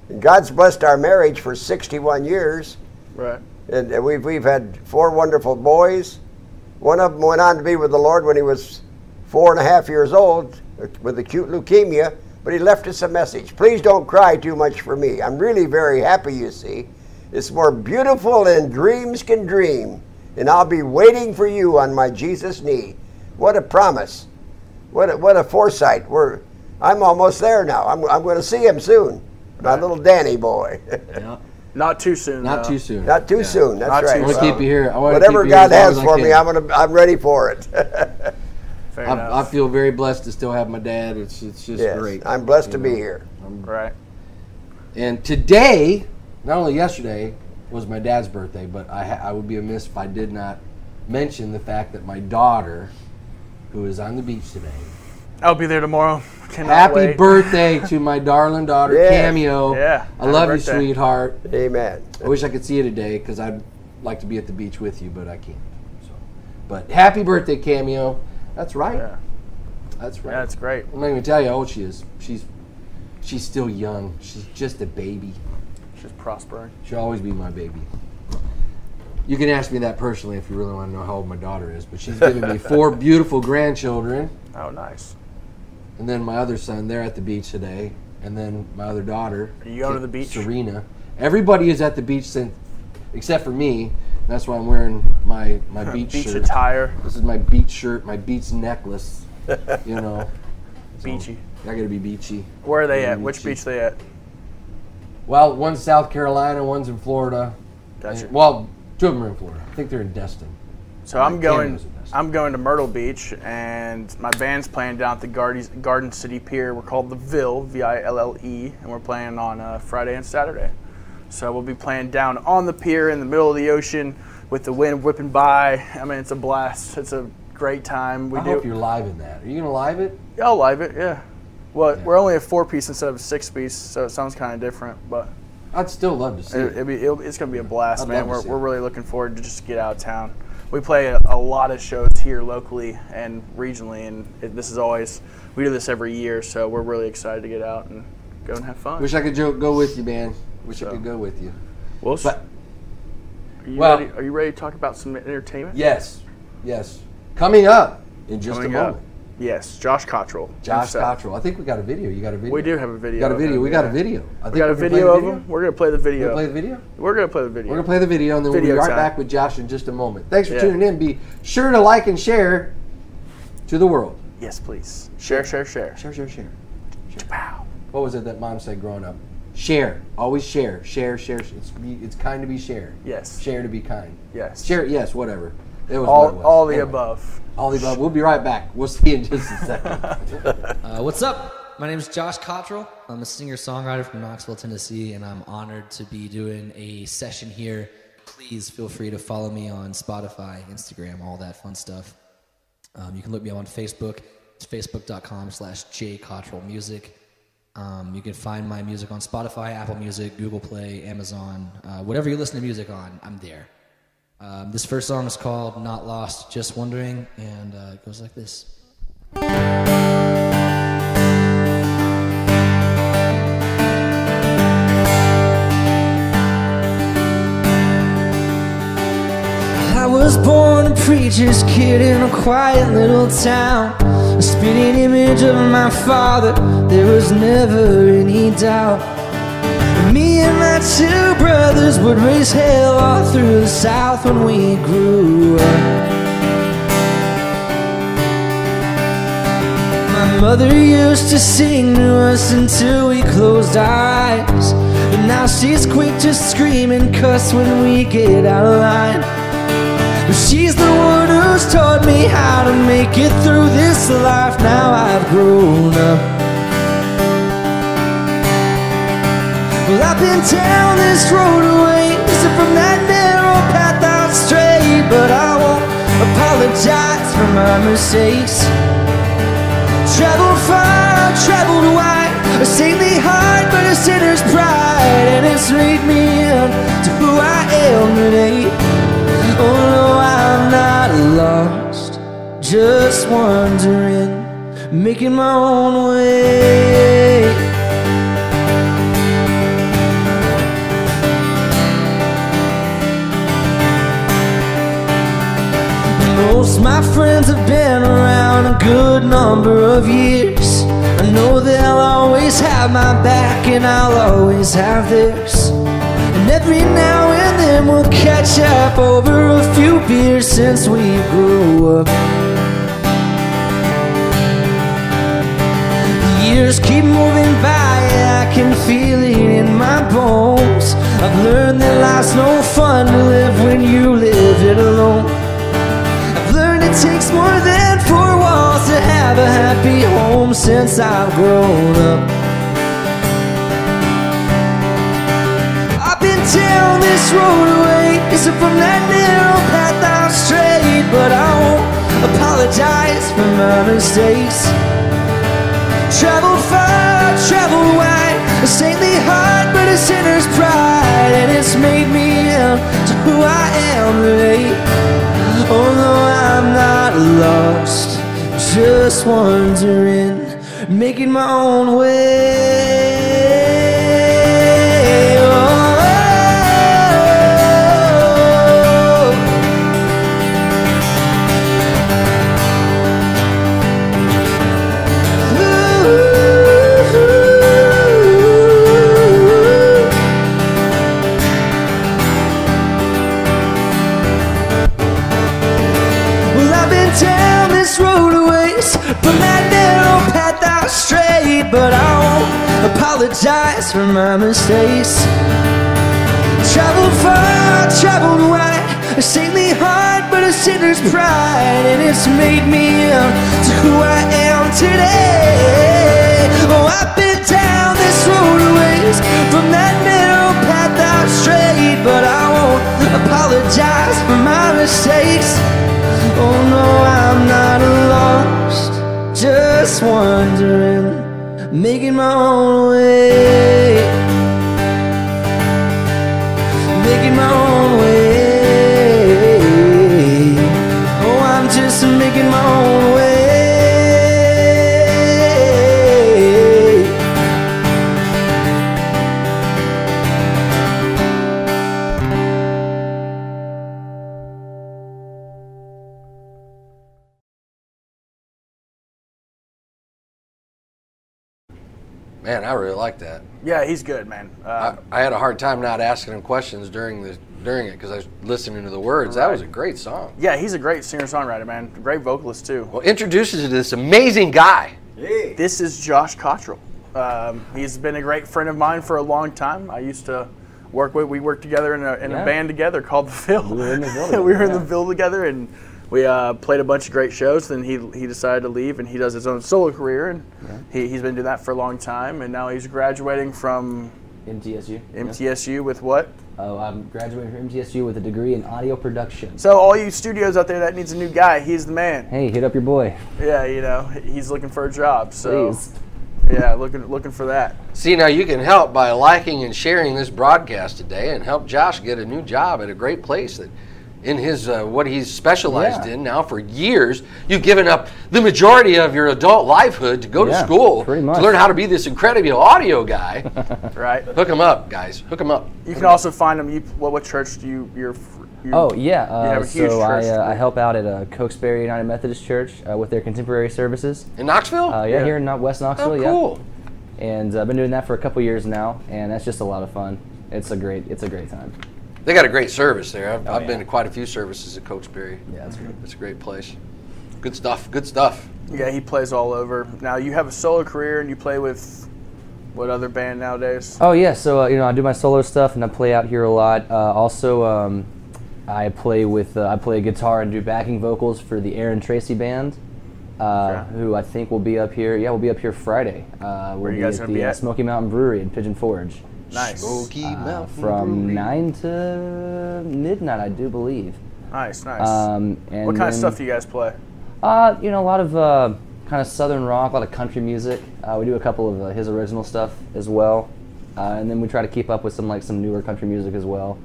[SPEAKER 3] and God's blessed our marriage for 61 years.
[SPEAKER 2] Right.
[SPEAKER 3] And and we've, we've had four wonderful boys. One of them went on to be with the Lord when he was four and a half years old uh, with acute leukemia, but he left us a message. Please don't cry too much for me. I'm really very happy, you see. It's more beautiful than dreams can dream, and I'll be waiting for you on my Jesus knee. What a promise. What a, what a foresight. We're, I'm almost there now. I'm, I'm going to see him soon. My little Danny boy.
[SPEAKER 1] Yeah.
[SPEAKER 2] Not too soon.
[SPEAKER 1] Not
[SPEAKER 2] though.
[SPEAKER 1] too soon.
[SPEAKER 3] Not too
[SPEAKER 1] Yeah.
[SPEAKER 3] soon. That's
[SPEAKER 2] Not too
[SPEAKER 3] right.
[SPEAKER 1] I want to
[SPEAKER 2] Well,
[SPEAKER 1] keep you here. I wanna
[SPEAKER 3] Whatever
[SPEAKER 1] keep you here as
[SPEAKER 3] God
[SPEAKER 1] long as
[SPEAKER 3] has
[SPEAKER 1] I
[SPEAKER 3] for me,
[SPEAKER 1] can.
[SPEAKER 3] I'm gonna, I'm ready for it.
[SPEAKER 2] Fair enough.
[SPEAKER 1] I, I feel very blessed to still have my dad. It's it's just
[SPEAKER 3] yes,
[SPEAKER 1] great.
[SPEAKER 3] I'm blessed
[SPEAKER 1] you
[SPEAKER 3] to be
[SPEAKER 1] know.
[SPEAKER 3] here.
[SPEAKER 2] right.
[SPEAKER 1] And today, not only yesterday was my dad's birthday, but I ha- I would be amiss if I did not mention the fact that my daughter, who is on the beach today,
[SPEAKER 2] I'll be there tomorrow. Cannot
[SPEAKER 1] happy
[SPEAKER 2] wait.
[SPEAKER 1] birthday to my darling daughter
[SPEAKER 3] Yes.
[SPEAKER 1] Cameo.
[SPEAKER 2] Yeah,
[SPEAKER 1] I
[SPEAKER 2] happy
[SPEAKER 1] love
[SPEAKER 2] birthday.
[SPEAKER 1] you, sweetheart.
[SPEAKER 3] Amen.
[SPEAKER 1] I wish I could see you today because I'd like to be at the beach with you, but I can't. So, but happy birthday, Cameo. That's right.
[SPEAKER 2] Yeah.
[SPEAKER 1] That's right.
[SPEAKER 2] Yeah, that's great.
[SPEAKER 1] I'm not even gonna tell you how old she is. She's she's still young. She's just a baby.
[SPEAKER 2] She's prospering.
[SPEAKER 1] She'll always be my baby. You can ask me that personally if you really want to know how old my daughter is. But she's given me four beautiful grandchildren,
[SPEAKER 2] Oh, nice.
[SPEAKER 1] and then my other son. They're at the beach today, and then my other daughter.
[SPEAKER 2] Are you going to the beach?
[SPEAKER 1] Serena. Everybody is at the beach since, except for me. and That's why I'm wearing my my beach,
[SPEAKER 2] Beach
[SPEAKER 1] shirt.
[SPEAKER 2] attire.
[SPEAKER 1] This is my beach shirt, my beach necklace. You know,
[SPEAKER 2] Beachy.
[SPEAKER 1] I gotta be beachy.
[SPEAKER 2] Where are they at?
[SPEAKER 1] Beachy.
[SPEAKER 2] Which beach they at?
[SPEAKER 1] Well, one's South Carolina, one's in Florida.
[SPEAKER 2] Gotcha.
[SPEAKER 1] And- well, two of them are in Florida. I think they're in Destin.
[SPEAKER 2] So I'm
[SPEAKER 1] Cameo's
[SPEAKER 2] going.
[SPEAKER 1] the best.
[SPEAKER 2] I'm going to Myrtle Beach, and my band's playing down at the Gardies, Garden City Pier. We're called the Ville, V-I-L-L-E, E, and we're playing on uh, Friday and Saturday. So we'll be playing down on the pier in the middle of the ocean with the wind whipping by. I mean, it's a blast. It's a great time. We
[SPEAKER 1] I
[SPEAKER 2] do.
[SPEAKER 1] hope you're live in that. Are you gonna live it?
[SPEAKER 2] Yeah, I'll live it. Yeah. Well,
[SPEAKER 1] Yeah.
[SPEAKER 2] we're only a four piece instead of a six piece, so it sounds kind of different, but
[SPEAKER 1] I'd still love to see
[SPEAKER 2] it,
[SPEAKER 1] it.
[SPEAKER 2] it'll be, it'll, it's going to be a blast,
[SPEAKER 1] I'd love
[SPEAKER 2] man.
[SPEAKER 1] to
[SPEAKER 2] We're,
[SPEAKER 1] see
[SPEAKER 2] we're
[SPEAKER 1] it.
[SPEAKER 2] really looking forward to just get out of town. We play a, a lot of shows here locally and regionally, and it, this is always we do this every year, so we're really excited to get out and go and have fun.
[SPEAKER 1] Wish I could jo- go with you, man. Wish
[SPEAKER 2] So.
[SPEAKER 1] I could go with you.
[SPEAKER 2] Well, s-
[SPEAKER 1] but-
[SPEAKER 2] are you
[SPEAKER 1] well-
[SPEAKER 2] ready, are you ready to talk about some entertainment?
[SPEAKER 1] Yes, yes. Coming up in just
[SPEAKER 2] Coming
[SPEAKER 1] a
[SPEAKER 2] up,
[SPEAKER 1] moment.
[SPEAKER 2] Yes, Josh Cottrell.
[SPEAKER 1] Josh
[SPEAKER 2] himself.
[SPEAKER 1] Cottrell. I think we got a video. You got a video.
[SPEAKER 2] We do have a
[SPEAKER 1] We
[SPEAKER 2] video.
[SPEAKER 1] got a
[SPEAKER 2] of
[SPEAKER 1] video.
[SPEAKER 2] him,
[SPEAKER 1] We got a
[SPEAKER 2] yeah.
[SPEAKER 1] video. I think
[SPEAKER 2] We got a
[SPEAKER 1] can play
[SPEAKER 2] video
[SPEAKER 1] the
[SPEAKER 2] of him. We're gonna play the
[SPEAKER 1] We're
[SPEAKER 2] video.
[SPEAKER 1] gonna play the video.
[SPEAKER 2] We're gonna play the video.
[SPEAKER 1] We're gonna play the video, and then we'll be
[SPEAKER 2] Video
[SPEAKER 1] right
[SPEAKER 2] time.
[SPEAKER 1] back with Josh in just a moment. Thanks for
[SPEAKER 2] Yeah.
[SPEAKER 1] tuning in. Be sure to like and share to the world.
[SPEAKER 2] Yes, please. Share, share, share.
[SPEAKER 1] Share, share, share.
[SPEAKER 2] Wow.
[SPEAKER 1] What was it that mom said growing up? Share. Always share. Share, share. share. It's be, it's kind to be share.
[SPEAKER 2] Yes.
[SPEAKER 1] Share to be kind.
[SPEAKER 2] Yes.
[SPEAKER 1] Share. Yes. Whatever. It was what
[SPEAKER 2] All,
[SPEAKER 1] it was.
[SPEAKER 2] all the
[SPEAKER 1] Anyway,
[SPEAKER 2] above.
[SPEAKER 1] All the above. We'll be right back. We'll see you in just a second.
[SPEAKER 4] Uh, what's up? My name is Josh Cottrell. I'm a singer songwriter from Knoxville, Tennessee, and I'm honored to be doing a session here. Please feel free to follow me on Spotify, Instagram, all that fun stuff. Um, you can look me up on Facebook. It's facebook.com slash jcottrellmusic. Um, you can find my music on Spotify, Apple Music, Google Play, Amazon, uh, whatever you listen to music on, I'm there. Um, this first song is called Not Lost, Just Wondering, and uh, it goes like this. I was born a preacher's kid in a quiet little town. A spitting image of my father, there was never any doubt. Me and my two brothers would raise hell all through the South when we grew up. My mother used to sing to us until we closed our eyes. But now she's quick to scream and cuss when we get out of line. She's the one who's taught me how to make it through this life. Now I've grown up. Well, I've been down this road away, and from that narrow path I'll stray. But I won't apologize for my mistakes. Travel far, I traveled wide, a saintly heart, but a sinner's pride, and it's laid me into who I am today. Oh no, I'm not lost, just wandering, making my own way. Most my friends have been around a good number of years. I know they'll always have my back, and I'll always have theirs. And every now and then we'll catch up over a few beers since we grew up. Years keep moving by, and I can feel it in my bones. I've learned that life's no fun to live when you live it alone. I've learned it takes more than four walls to have a happy home since I've grown up. I've been down this roadway, it's up from that narrow path I've strayed, but I won't apologize for my mistakes. Travel far, travel wide, a saintly heart, but a sinner's pride, and it's made me into who I am today. Although I'm not lost, just wandering, making my own way. Oh. Oh. Ooh. Well, I've been down this roadways from that narrow path I strayed, but I won't apologize for my mistakes. Traveled far, traveled wide, a saintly heart, but a sinner's pride, and it's made me into who I am today. Oh, I've been down this roadways from that narrow path I strayed, but I won't apologize for my mistakes. Oh no, I'm not lost, just wandering, making my own way, making my own way. Oh, I'm just making my own way.
[SPEAKER 5] Man, I really like that.
[SPEAKER 2] Yeah, he's good, man. Uh,
[SPEAKER 5] I, I had a hard time not asking him questions during the during it because I was listening to the words. That was a great song.
[SPEAKER 2] yeah, he's a great singer-songwriter, man. Great vocalist too.
[SPEAKER 5] Well, introduces you to this amazing guy.
[SPEAKER 2] This is Josh Cottrell. Um, he's been a great friend of mine for a long time. I used to work with. We worked together in a, in a band together called the Phil. We were in the Ville together, and we uh, played a bunch of great shows. Then he he decided to leave, and he does his own solo career, and he, he's been doing that for a long time. And now he's graduating from
[SPEAKER 6] MTSU.
[SPEAKER 2] MTSU with what?
[SPEAKER 6] Oh, I'm graduating from MTSU with a degree in audio production.
[SPEAKER 2] So all you studios out there that needs a new guy, he's the man.
[SPEAKER 6] Hey, hit up your boy.
[SPEAKER 2] Yeah, you know he's looking for a job. So
[SPEAKER 6] Please.
[SPEAKER 2] yeah, looking looking for that.
[SPEAKER 5] See, now you can help by liking and sharing this broadcast today, and help Josh get a new job at a great place that, in his uh, what he's specialized
[SPEAKER 6] Yeah.
[SPEAKER 5] in now for years. You've given up the majority of your adult livelihood to go to
[SPEAKER 6] Yeah,
[SPEAKER 5] school
[SPEAKER 6] pretty
[SPEAKER 5] to
[SPEAKER 6] much.
[SPEAKER 5] learn how to be this incredible audio guy.
[SPEAKER 2] Right.
[SPEAKER 5] Hook him up, guys. Hook him up.
[SPEAKER 2] You can also find them. You, what, what church do you? Your, you
[SPEAKER 6] Oh yeah,
[SPEAKER 2] you
[SPEAKER 6] uh,
[SPEAKER 2] have a huge
[SPEAKER 6] so
[SPEAKER 2] church.
[SPEAKER 6] I, uh, I help out at uh, Cokesbury United Methodist Church uh, with their contemporary services.
[SPEAKER 5] In Knoxville.
[SPEAKER 6] Uh, yeah,
[SPEAKER 2] Yeah.
[SPEAKER 6] here in uh, West Knoxville.
[SPEAKER 5] oh,
[SPEAKER 6] yeah.
[SPEAKER 5] cool.
[SPEAKER 6] and uh, I've been doing that for a couple years now, and that's just a lot of fun. It's a great, it's a great time.
[SPEAKER 5] They got a great service there. I've, I've
[SPEAKER 6] Oh, yeah.
[SPEAKER 5] been to quite a few services at Coachbury.
[SPEAKER 6] Yeah, that's great.
[SPEAKER 5] It's a great place. Good stuff. Good stuff.
[SPEAKER 2] yeah, he plays all over. Now you have a solo career and you play with what other band nowadays?
[SPEAKER 6] Oh yeah, so uh, you know I do my solo stuff and I play out here a lot. Uh, also, um, I play with, uh, I play guitar and do backing vocals for the Aaron Tracy band, uh,
[SPEAKER 2] Okay.
[SPEAKER 6] who I think will be up here. Yeah, we'll be up here Friday. Uh, we'll
[SPEAKER 2] you
[SPEAKER 6] be
[SPEAKER 2] guys
[SPEAKER 6] at
[SPEAKER 2] gonna
[SPEAKER 6] the
[SPEAKER 2] be
[SPEAKER 6] uh,
[SPEAKER 2] at?
[SPEAKER 6] Smoky Mountain Brewery in Pigeon Forge.
[SPEAKER 2] Nice,
[SPEAKER 5] Smoky
[SPEAKER 6] Uh,
[SPEAKER 5] Mountain
[SPEAKER 6] from
[SPEAKER 5] Brewery.
[SPEAKER 6] nine to midnight, I do believe.
[SPEAKER 2] nice, nice.
[SPEAKER 6] Um, and
[SPEAKER 2] what kind of
[SPEAKER 6] then-
[SPEAKER 2] stuff do you guys play?
[SPEAKER 6] Uh, you know, a lot of uh, kind of southern rock, a lot of country music. Uh, we do a couple of uh, his original stuff as well, uh, and then we try to keep up with some like some newer country music as well.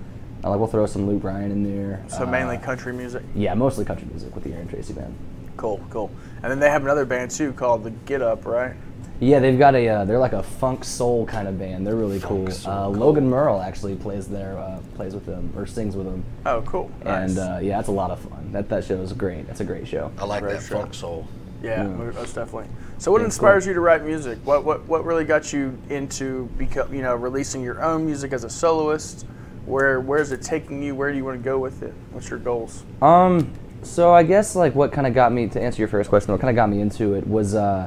[SPEAKER 6] Uh, like we'll throw some Lou Bryan in there.
[SPEAKER 2] So
[SPEAKER 6] Uh,
[SPEAKER 2] mainly country music.
[SPEAKER 6] yeah, mostly country music with the Aaron Tracy band.
[SPEAKER 2] Cool, cool. And then they have another band too called the Get Up, right?
[SPEAKER 6] Yeah, they've got a uh, they're like a funk soul kind of band. They're really cool. Uh, Logan Merle actually plays there, uh, plays with them or sings with them,
[SPEAKER 2] Oh, cool.
[SPEAKER 6] and
[SPEAKER 2] Nice.
[SPEAKER 6] uh, yeah, that's a lot of fun. That that show is great. That's a great show.
[SPEAKER 1] I like
[SPEAKER 2] Very
[SPEAKER 1] that
[SPEAKER 2] true.
[SPEAKER 1] funk soul.
[SPEAKER 2] yeah, most definitely. So, what inspires you to write music? What what what really got you into become you know releasing your own music as a soloist? Where where's it taking you? Where do you want to go with it? What's your goals?
[SPEAKER 6] Um, so I guess like what kind of got me to answer your first question, what kind of got me into it was uh,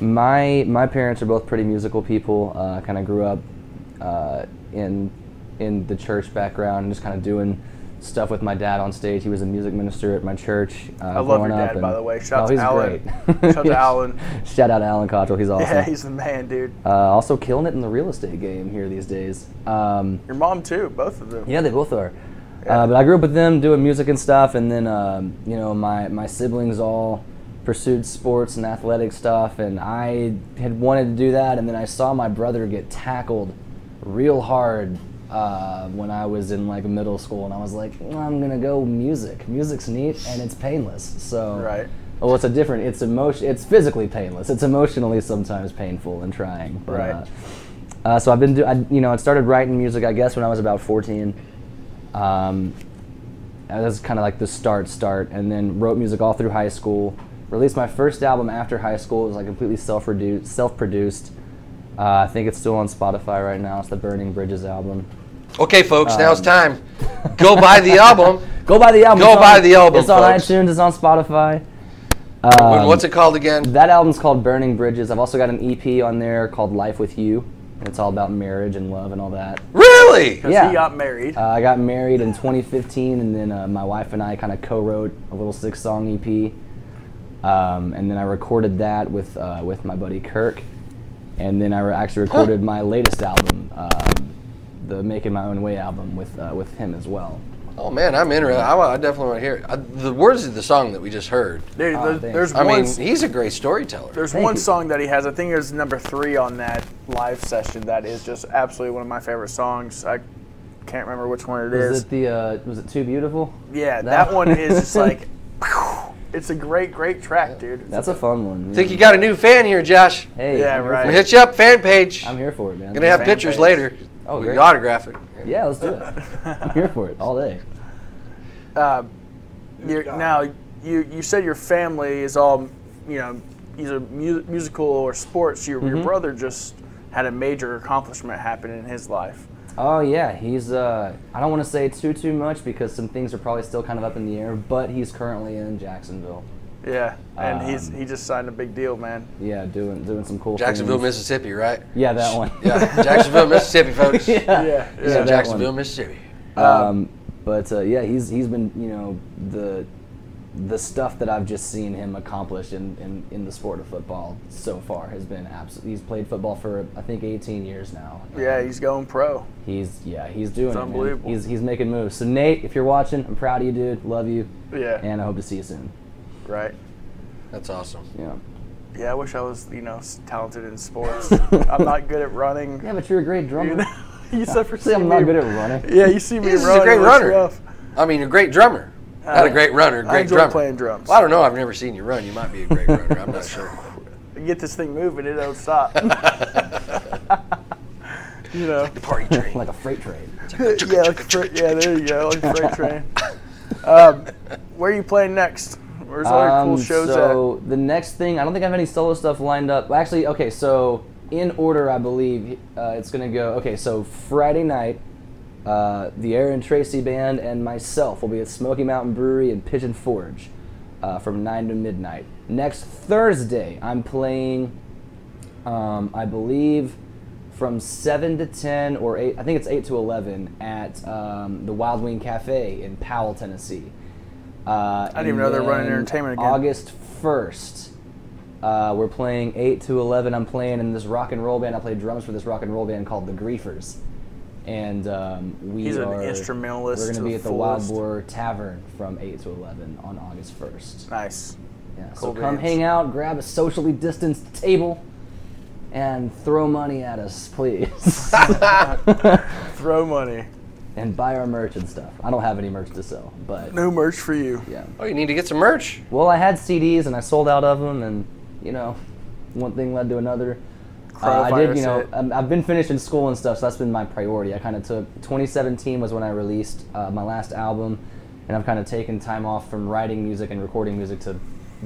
[SPEAKER 6] my my parents are both pretty musical people. Uh, kind of grew up uh, in in the church background and just kind of doing stuff with my dad on stage. He was a music minister at my church. Uh,
[SPEAKER 2] I love your
[SPEAKER 6] growing up,
[SPEAKER 2] dad,
[SPEAKER 6] and-
[SPEAKER 2] by the way.
[SPEAKER 6] oh,
[SPEAKER 2] Shout out
[SPEAKER 6] he's
[SPEAKER 2] to Alan.
[SPEAKER 6] great.
[SPEAKER 2] Shout out to Alan.
[SPEAKER 6] Shout out to Alan Cottrell. He's awesome.
[SPEAKER 2] Yeah, he's the man, dude.
[SPEAKER 6] uh, also killing it in the real estate game here these days. Um,
[SPEAKER 2] Your mom too, both of them.
[SPEAKER 6] yeah, they both are. Uh, but I grew up with them doing music and stuff, and then um, you know my my siblings all pursued sports and athletic stuff, and I had wanted to do that, and then I saw my brother get tackled real hard uh, when I was in like middle school, and I was like, "Mm, I'm gonna go music. Music's neat and it's painless. So
[SPEAKER 2] Right.
[SPEAKER 6] Well, it's a different. It's emotion. It's physically painless. It's emotionally sometimes painful and trying. But,
[SPEAKER 2] Right.
[SPEAKER 6] uh, uh, so I've been, do- I, you know, I started writing music, I guess, when I was about 14. Um, that was kind of like the start, start, and then wrote music all through high school. Released my first album after high school. It was like completely self-produced. Self-produced. Uh, I think it's still on Spotify right now. It's the Burning Bridges album.
[SPEAKER 1] Okay, folks, now
[SPEAKER 6] Um,
[SPEAKER 1] it's time. Go buy the album.
[SPEAKER 6] Go buy the album.
[SPEAKER 1] Go
[SPEAKER 6] It's on-
[SPEAKER 1] buy the album,
[SPEAKER 6] It's on
[SPEAKER 1] folks.
[SPEAKER 6] iTunes. It's on Spotify. Um,
[SPEAKER 1] and what's it called again?
[SPEAKER 6] That album's called Burning Bridges. I've also got an EP on there called Life with You, and it's all about marriage and love and all that.
[SPEAKER 1] Really?
[SPEAKER 6] Yeah.
[SPEAKER 2] He got married.
[SPEAKER 6] Uh, I got married in 2015, and then uh, my wife and I kind of co-wrote a little six-song EP, um, and then I recorded that with uh, with my buddy Kirk, and then I re- actually recorded my latest album, um, the Making My Own Way album, with uh, with him as well.
[SPEAKER 1] Oh man, I'm interested. I, wa- I definitely want to hear it. Uh, the words of the song that we just heard.
[SPEAKER 2] Dude,
[SPEAKER 6] Ah,
[SPEAKER 2] there's,
[SPEAKER 6] thanks.
[SPEAKER 2] there's
[SPEAKER 1] I
[SPEAKER 2] one
[SPEAKER 1] mean, he's a great storyteller.
[SPEAKER 2] There's
[SPEAKER 6] Thank
[SPEAKER 2] one
[SPEAKER 6] you.
[SPEAKER 2] song that he has. I think it was number three on that live session. That is just absolutely one of my favorite songs. I can't remember which one it
[SPEAKER 6] Was
[SPEAKER 2] is.
[SPEAKER 6] it the uh, was it Too Beautiful?
[SPEAKER 2] yeah,
[SPEAKER 6] that
[SPEAKER 2] that,
[SPEAKER 6] one?
[SPEAKER 2] one is just like, it's a great, great track, dude. It's
[SPEAKER 6] That's a fun one.
[SPEAKER 1] Think you got a new fan here, Josh?
[SPEAKER 6] Hey,
[SPEAKER 2] Yeah,
[SPEAKER 6] I'm here
[SPEAKER 2] right.
[SPEAKER 1] We hit you up, fan page.
[SPEAKER 6] For, I'm here for it, man.
[SPEAKER 1] Gonna have
[SPEAKER 2] Fan
[SPEAKER 1] pictures
[SPEAKER 2] page.
[SPEAKER 1] later.
[SPEAKER 6] Oh,
[SPEAKER 1] we
[SPEAKER 6] great.
[SPEAKER 1] can autograph it.
[SPEAKER 6] yeah, let's do it. I'm here for it all day.
[SPEAKER 2] You're- now you you said your family is all you know either mu- musical or sports. Your your brother just had a major accomplishment happen in his life.
[SPEAKER 6] Oh yeah, he's. Uh, I don't want to say too too much because some things are probably still kind of up in the air. But he's currently in Jacksonville.
[SPEAKER 2] Yeah, and he's he just signed a big deal, man.
[SPEAKER 6] Yeah, doing doing some cool.
[SPEAKER 1] Jacksonville,
[SPEAKER 6] things.
[SPEAKER 1] Mississippi, right?
[SPEAKER 6] Yeah, that one.
[SPEAKER 1] Yeah, Jacksonville, Mississippi, folks.
[SPEAKER 2] Yeah,
[SPEAKER 6] yeah, that
[SPEAKER 1] Jacksonville,
[SPEAKER 6] one.
[SPEAKER 1] Mississippi.
[SPEAKER 6] Um, but uh, yeah, he's he's been you know the the stuff that I've just seen him accomplish in, in, in the sport of football so far has been absolutely. He's played football for I think 18 years now.
[SPEAKER 2] yeah, he's going pro.
[SPEAKER 6] He's yeah, he's doing it. man.
[SPEAKER 2] unbelievable.
[SPEAKER 6] He's he's making moves. So Nate, if you're watching, I'm proud of you, dude. Love you,
[SPEAKER 2] Yeah,
[SPEAKER 6] and I hope to see you soon.
[SPEAKER 2] right.
[SPEAKER 1] That's awesome.
[SPEAKER 6] Yeah.
[SPEAKER 2] Yeah, I wish I was, you know, s- talented in sports. I'm not good at running.
[SPEAKER 6] Yeah, but you're a great drummer.
[SPEAKER 2] you suffer
[SPEAKER 6] See, I'm not good at running.
[SPEAKER 2] Yeah, you see me
[SPEAKER 1] He's a
[SPEAKER 2] running.
[SPEAKER 1] great
[SPEAKER 2] it's
[SPEAKER 1] runner.
[SPEAKER 2] rough.
[SPEAKER 1] I mean, you're a great drummer.
[SPEAKER 6] Uh,
[SPEAKER 1] Not a great runner, great
[SPEAKER 2] I enjoy
[SPEAKER 1] drummer.
[SPEAKER 2] playing drums.
[SPEAKER 1] Well, I don't know. I've never seen you run. You might be a great runner. I'm not sure.
[SPEAKER 2] You get this thing moving, it don't stop. you know.
[SPEAKER 1] The party train.
[SPEAKER 6] Like a freight train.
[SPEAKER 2] Yeah, like freight, yeah, there you go, like freight train. Um, where are you playing next? Where's all your cool
[SPEAKER 6] Um,
[SPEAKER 2] shows
[SPEAKER 6] so the next thing, I don't think I have any solo stuff lined up. Well, actually, okay, so in order, I believe uh, it's gonna go. Okay, so Friday night, uh, the Aaron Tracy band and myself will be at Smoky Mountain Brewery in Pigeon Forge uh, from nine to midnight. Next Thursday, I'm playing. Um, I believe. From seven to ten or eight, I think it's eight to eleven at um, the Wild Wing Cafe in Powell, Tennessee. Uh, I
[SPEAKER 2] didn't even know they were running entertainment again.
[SPEAKER 6] August 1st, uh, we're playing 8 to 11. I'm playing in this rock and roll band. I play drums for this rock and roll band called The Griefers. And um, we
[SPEAKER 2] He's an
[SPEAKER 6] are,
[SPEAKER 2] instrumentalist
[SPEAKER 6] We're
[SPEAKER 2] to
[SPEAKER 6] to be
[SPEAKER 2] the
[SPEAKER 6] at the Wild
[SPEAKER 2] fullest.
[SPEAKER 6] Boar Tavern from 8 to 11 on August 1st.
[SPEAKER 2] at? Nice.
[SPEAKER 6] Yeah, so
[SPEAKER 2] Cool
[SPEAKER 6] come
[SPEAKER 2] beans.
[SPEAKER 6] hang out, grab a socially distanced table, and throw money at us, please.
[SPEAKER 2] Throw money.
[SPEAKER 6] and buy our merch and stuff. I don't have any merch to sell, but
[SPEAKER 2] No merch for you.
[SPEAKER 6] yeah.
[SPEAKER 1] Oh, you need to get some merch.
[SPEAKER 6] Well, I had CDs and I sold out of them, and you know, one thing led to another. Uh, I did, you
[SPEAKER 2] Coronavirus
[SPEAKER 6] know,
[SPEAKER 2] hit.
[SPEAKER 6] um, I've been finishing school and stuff, so that's been my priority. I kind of took 2017 was when I released uh, my last album, and I've kind of taken time off from writing music and recording music to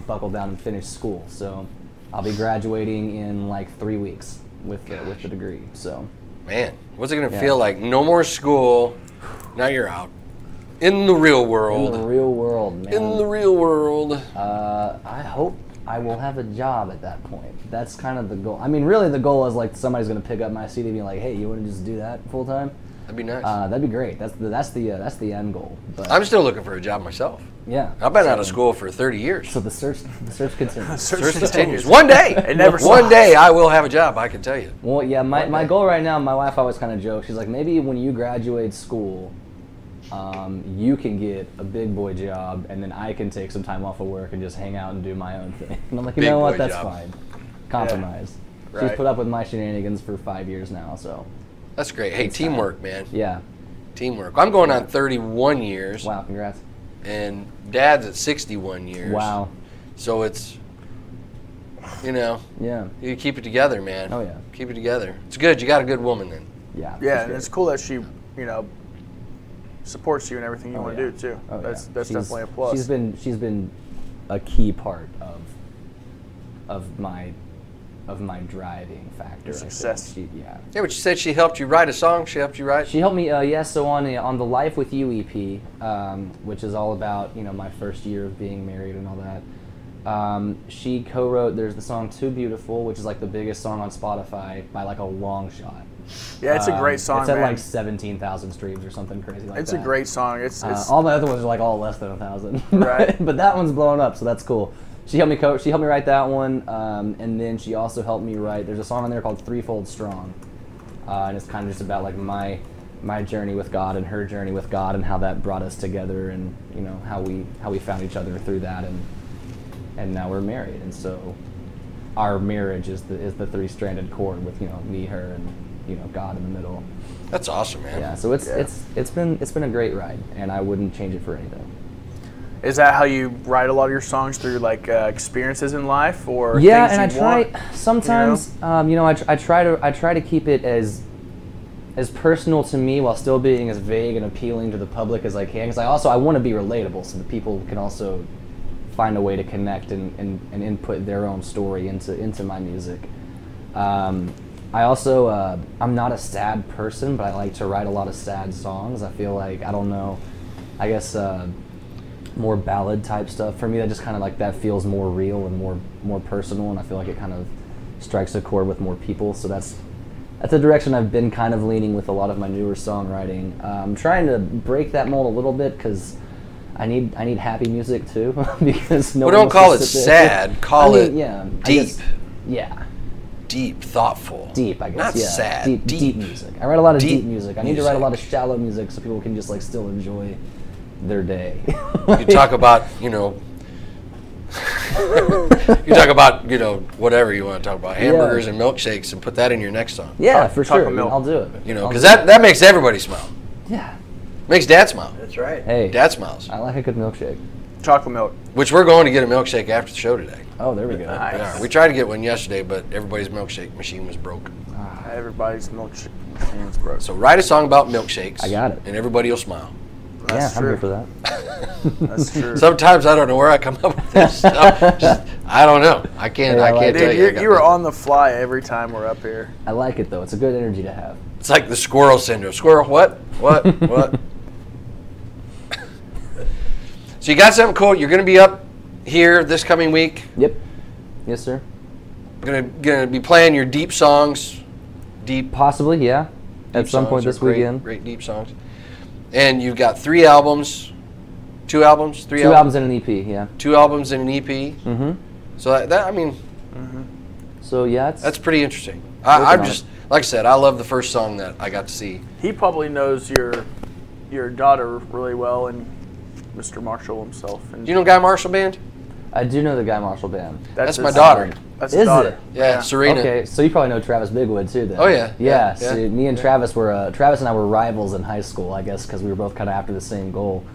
[SPEAKER 6] buckle down and finish school. So I'll be graduating in like three weeks with the, with the degree. So
[SPEAKER 1] Man, what's it gonna
[SPEAKER 6] Yeah.
[SPEAKER 1] feel like? No more school. Now you're out in the real
[SPEAKER 6] in the
[SPEAKER 1] world.
[SPEAKER 6] real world, man.
[SPEAKER 1] In the real world.
[SPEAKER 6] Uh, I hope I will have a job at that point. That's kind of the goal. I mean, really, the goal is like somebody's going to pick up my CD and be like, "Hey, you want to just do that full time?"
[SPEAKER 1] That'd be nice.
[SPEAKER 6] Uh, that'd be great. That's the that's the uh, that's the end goal. But
[SPEAKER 1] I'm still looking for a job myself.
[SPEAKER 6] yeah,
[SPEAKER 1] I've been out of school for 30 years.
[SPEAKER 6] So the search the search continues.
[SPEAKER 1] Search continues. One day,
[SPEAKER 2] It never
[SPEAKER 1] one
[SPEAKER 2] stops.
[SPEAKER 1] day I will have a job. I can tell you.
[SPEAKER 6] Well, yeah, my, my goal right now, my wife always kind of jokes. She's like, maybe when you graduate school, um, you can get a big boy job, and then I can take some time off of work and just hang out and do my own thing. And I'm like, you
[SPEAKER 1] Big
[SPEAKER 6] know what?
[SPEAKER 1] boy
[SPEAKER 6] That's
[SPEAKER 1] job.
[SPEAKER 6] fine. Compromise. She's
[SPEAKER 2] Right.
[SPEAKER 6] put up with my shenanigans for five years now, so
[SPEAKER 1] That's great. Hey, teamwork, man.
[SPEAKER 6] yeah.
[SPEAKER 1] Teamwork. I'm going on 31 years,
[SPEAKER 6] Wow, congrats.
[SPEAKER 1] and Dad's at 61 years.
[SPEAKER 6] Wow.
[SPEAKER 1] So it's, you know,
[SPEAKER 6] Yeah.
[SPEAKER 1] you keep it together, man.
[SPEAKER 6] Oh, yeah.
[SPEAKER 1] Keep it together. It's good. You got a good woman then.
[SPEAKER 6] Yeah. for
[SPEAKER 2] Yeah,
[SPEAKER 6] sure.
[SPEAKER 2] and it's cool that she, you know, supports you and everything you want to
[SPEAKER 6] yeah.
[SPEAKER 2] do too.
[SPEAKER 6] Oh,
[SPEAKER 2] that's
[SPEAKER 6] yeah.
[SPEAKER 2] that's
[SPEAKER 6] She's-
[SPEAKER 2] definitely a plus.
[SPEAKER 6] She's been she's been a key part of of my of my driving factor. I think.
[SPEAKER 2] success.
[SPEAKER 6] She, yeah.
[SPEAKER 1] Yeah, but she said she helped you write a song. She helped you write.
[SPEAKER 6] She helped me. Uh, yes, so on the, on the Life with You EP, um, which is all about you know my first year of being married and all that. Um, she co-wrote. There's the song "Too Beautiful," which is like the biggest song on Spotify by like a long shot.
[SPEAKER 2] yeah, it's a
[SPEAKER 6] Um,
[SPEAKER 2] great song,
[SPEAKER 6] It's at
[SPEAKER 2] man.
[SPEAKER 6] like seventeen thousand streams or something crazy like
[SPEAKER 2] it's
[SPEAKER 6] that.
[SPEAKER 2] a great song. It's,
[SPEAKER 6] Uh,
[SPEAKER 2] it's
[SPEAKER 6] all my other ones are like all less than a thousand.
[SPEAKER 2] Right.
[SPEAKER 6] but that one's blowing up, so that's cool. She helped me co- She helped me write that one, um, and then she also helped me write. There's a song on there called Threefold Strong, uh, and it's kind of just about like my my journey with God and her journey with God and how that brought us together, and you know how we how we found each other through that, and and now we're married, and so our marriage is the is the three stranded cord with you know me, her, and you know God in the middle.
[SPEAKER 1] That's awesome, man.
[SPEAKER 6] Yeah, so it's it's it's been it's been a great ride, and I wouldn't change it for anything.
[SPEAKER 2] is that how you write a lot of your songs through like uh, experiences in life or
[SPEAKER 6] yeah
[SPEAKER 2] things
[SPEAKER 6] and i
[SPEAKER 2] you
[SPEAKER 6] try
[SPEAKER 2] want?
[SPEAKER 6] sometimes um, you know I, tr- I try to i try to keep it as as personal to me while still being as vague and appealing to the public as i can because i also i want to be relatable so that people can also find a way to connect and, and, and input their own story into into my music um, i also uh, i'm not a sad person but i like to write a lot of sad songs i feel like i don't know i guess uh, more ballad type stuff for me that just kind of like that feels more real and more more personal and i feel like it kind of strikes a chord with more people so that's that's a direction i've been kind of leaning with a lot of my newer songwriting Uh, i'm trying to break that mold a little bit because i need i need happy music too because no
[SPEAKER 1] Well,
[SPEAKER 6] one
[SPEAKER 1] don't
[SPEAKER 6] wants to
[SPEAKER 1] call it
[SPEAKER 6] sit there-
[SPEAKER 1] sad. Call
[SPEAKER 6] I mean,
[SPEAKER 1] it
[SPEAKER 6] yeah I
[SPEAKER 1] deep.
[SPEAKER 6] guess- yeah
[SPEAKER 1] deep, thoughtful.
[SPEAKER 6] deep, I guess.
[SPEAKER 1] Not
[SPEAKER 6] yeah.
[SPEAKER 1] sad.
[SPEAKER 6] Deep,
[SPEAKER 1] deep.
[SPEAKER 6] deep, music. I write a lot of deep,
[SPEAKER 1] Deep
[SPEAKER 6] music. I need to write a lot of
[SPEAKER 1] music.
[SPEAKER 6] shallow music so people can just like still enjoy their day.
[SPEAKER 1] You talk about, you know, you talk about, you know, whatever you want to talk about, hamburgers and milkshakes, and put that in your next song.
[SPEAKER 6] yeah,
[SPEAKER 2] Talk-
[SPEAKER 6] for
[SPEAKER 2] talk
[SPEAKER 6] sure.
[SPEAKER 2] of milk.
[SPEAKER 6] I'll do it.
[SPEAKER 1] You know,
[SPEAKER 6] I'll
[SPEAKER 1] because
[SPEAKER 6] do
[SPEAKER 1] that,
[SPEAKER 6] it.
[SPEAKER 1] that makes everybody smile.
[SPEAKER 6] yeah.
[SPEAKER 1] Makes dad smile.
[SPEAKER 3] That's right.
[SPEAKER 6] Hey,
[SPEAKER 1] Dad smiles.
[SPEAKER 6] I like a good milkshake.
[SPEAKER 2] chocolate milk.
[SPEAKER 1] Which we're going to get a milkshake after the show today.
[SPEAKER 6] Oh, there we go.
[SPEAKER 1] We,
[SPEAKER 2] Nice.
[SPEAKER 1] are. We tried to get one yesterday, but everybody's milkshake machine was broke. Ah,
[SPEAKER 2] Everybody's milkshake machines, bro.
[SPEAKER 1] So write a song about milkshakes.
[SPEAKER 6] I got it.
[SPEAKER 1] And everybody will smile.
[SPEAKER 6] yeah,
[SPEAKER 2] that's
[SPEAKER 6] I'm
[SPEAKER 2] true.
[SPEAKER 6] here for that.
[SPEAKER 2] That's true.
[SPEAKER 1] Sometimes I don't know where I come up with this stuff. Just, I don't know. I can't.
[SPEAKER 6] Hey, I
[SPEAKER 1] I can't
[SPEAKER 6] like
[SPEAKER 1] tell
[SPEAKER 2] Dude,
[SPEAKER 1] you. I
[SPEAKER 2] you,
[SPEAKER 1] got
[SPEAKER 2] you were
[SPEAKER 1] nothing.
[SPEAKER 2] on the fly every time we're up here.
[SPEAKER 6] I like it though. It's a good energy to have.
[SPEAKER 1] It's like the squirrel syndrome. Squirrel, what? What? What? so you got something cool. You're going to be up here this coming week.
[SPEAKER 6] Yep. Yes, sir.
[SPEAKER 1] Going to going to be playing your deep songs. Deep. deep
[SPEAKER 6] Possibly, yeah. At some
[SPEAKER 1] songs
[SPEAKER 6] point
[SPEAKER 1] are
[SPEAKER 6] this
[SPEAKER 1] great-
[SPEAKER 6] weekend.
[SPEAKER 1] Great deep songs. And you've got three albums, two albums, three
[SPEAKER 6] Two
[SPEAKER 1] albums,
[SPEAKER 6] albums and an EP. Yeah.
[SPEAKER 1] two albums and an EP. Mm-hmm. So that, that I mean,
[SPEAKER 6] So yeah, it's
[SPEAKER 1] that's pretty interesting. I, I'm
[SPEAKER 6] on it.
[SPEAKER 1] just like I said, I love the first song that I got to see.
[SPEAKER 2] He probably knows your your daughter really well and Mr. Marshall himself. And
[SPEAKER 1] Do you know Guy Marshall Band?
[SPEAKER 6] I do know the Guy Marshall band.
[SPEAKER 1] That's
[SPEAKER 2] his
[SPEAKER 1] my daughter.
[SPEAKER 2] That's
[SPEAKER 6] Is
[SPEAKER 2] his daughter.
[SPEAKER 6] it?
[SPEAKER 1] Yeah, Serena.
[SPEAKER 6] Okay, so you probably know Travis Bigwood too, then.
[SPEAKER 1] Oh, yeah,
[SPEAKER 6] Yeah.
[SPEAKER 1] yeah, yeah,
[SPEAKER 6] see, me and Travis were uh, Travis and I were rivals in high school, I guess, because we were both kind of after the same goal.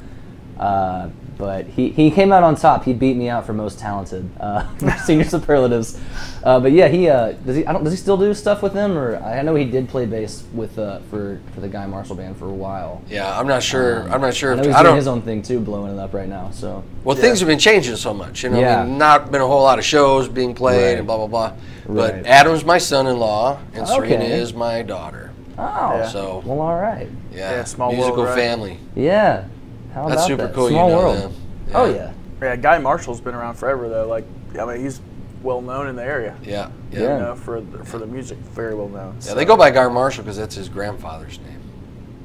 [SPEAKER 6] Uh, but he, he came out on top. He beat me out for most talented uh, senior superlatives. Uh, but yeah, he uh, does he I don't does he still do stuff with them or I know he did play bass with uh, for for the Guy Marshall band for a while.
[SPEAKER 1] Yeah, I'm not sure.
[SPEAKER 6] Um,
[SPEAKER 1] I'm not sure.
[SPEAKER 6] I know
[SPEAKER 1] If,
[SPEAKER 6] he's
[SPEAKER 1] I
[SPEAKER 6] doing
[SPEAKER 1] don't.
[SPEAKER 6] his own thing too, blowing it up right now. So
[SPEAKER 1] well, things have been changing so much. You know,
[SPEAKER 6] Yeah.
[SPEAKER 1] I mean, not been a whole lot of shows being played
[SPEAKER 6] Right.
[SPEAKER 1] and blah blah blah. But
[SPEAKER 6] Right.
[SPEAKER 1] Adam's my son-in-law, and Serena
[SPEAKER 6] Okay.
[SPEAKER 1] is my daughter.
[SPEAKER 6] oh
[SPEAKER 2] Yeah.
[SPEAKER 1] So
[SPEAKER 6] well, all right.
[SPEAKER 1] yeah,
[SPEAKER 2] Yeah, small world,
[SPEAKER 1] musical
[SPEAKER 2] right?
[SPEAKER 1] family.
[SPEAKER 6] Yeah, how
[SPEAKER 1] That's
[SPEAKER 6] about
[SPEAKER 1] super
[SPEAKER 6] that?
[SPEAKER 1] cool.
[SPEAKER 6] Small
[SPEAKER 1] you know
[SPEAKER 6] world.
[SPEAKER 1] them.
[SPEAKER 6] Oh yeah.
[SPEAKER 2] Yeah, Guy Marshall's been around forever though. Like, I mean, he's well known in the area.
[SPEAKER 1] Yeah, yeah.
[SPEAKER 6] Yeah.
[SPEAKER 2] You know, for the, for the music, very well known.
[SPEAKER 1] Yeah, they go by Gar Marshall because that's his grandfather's name.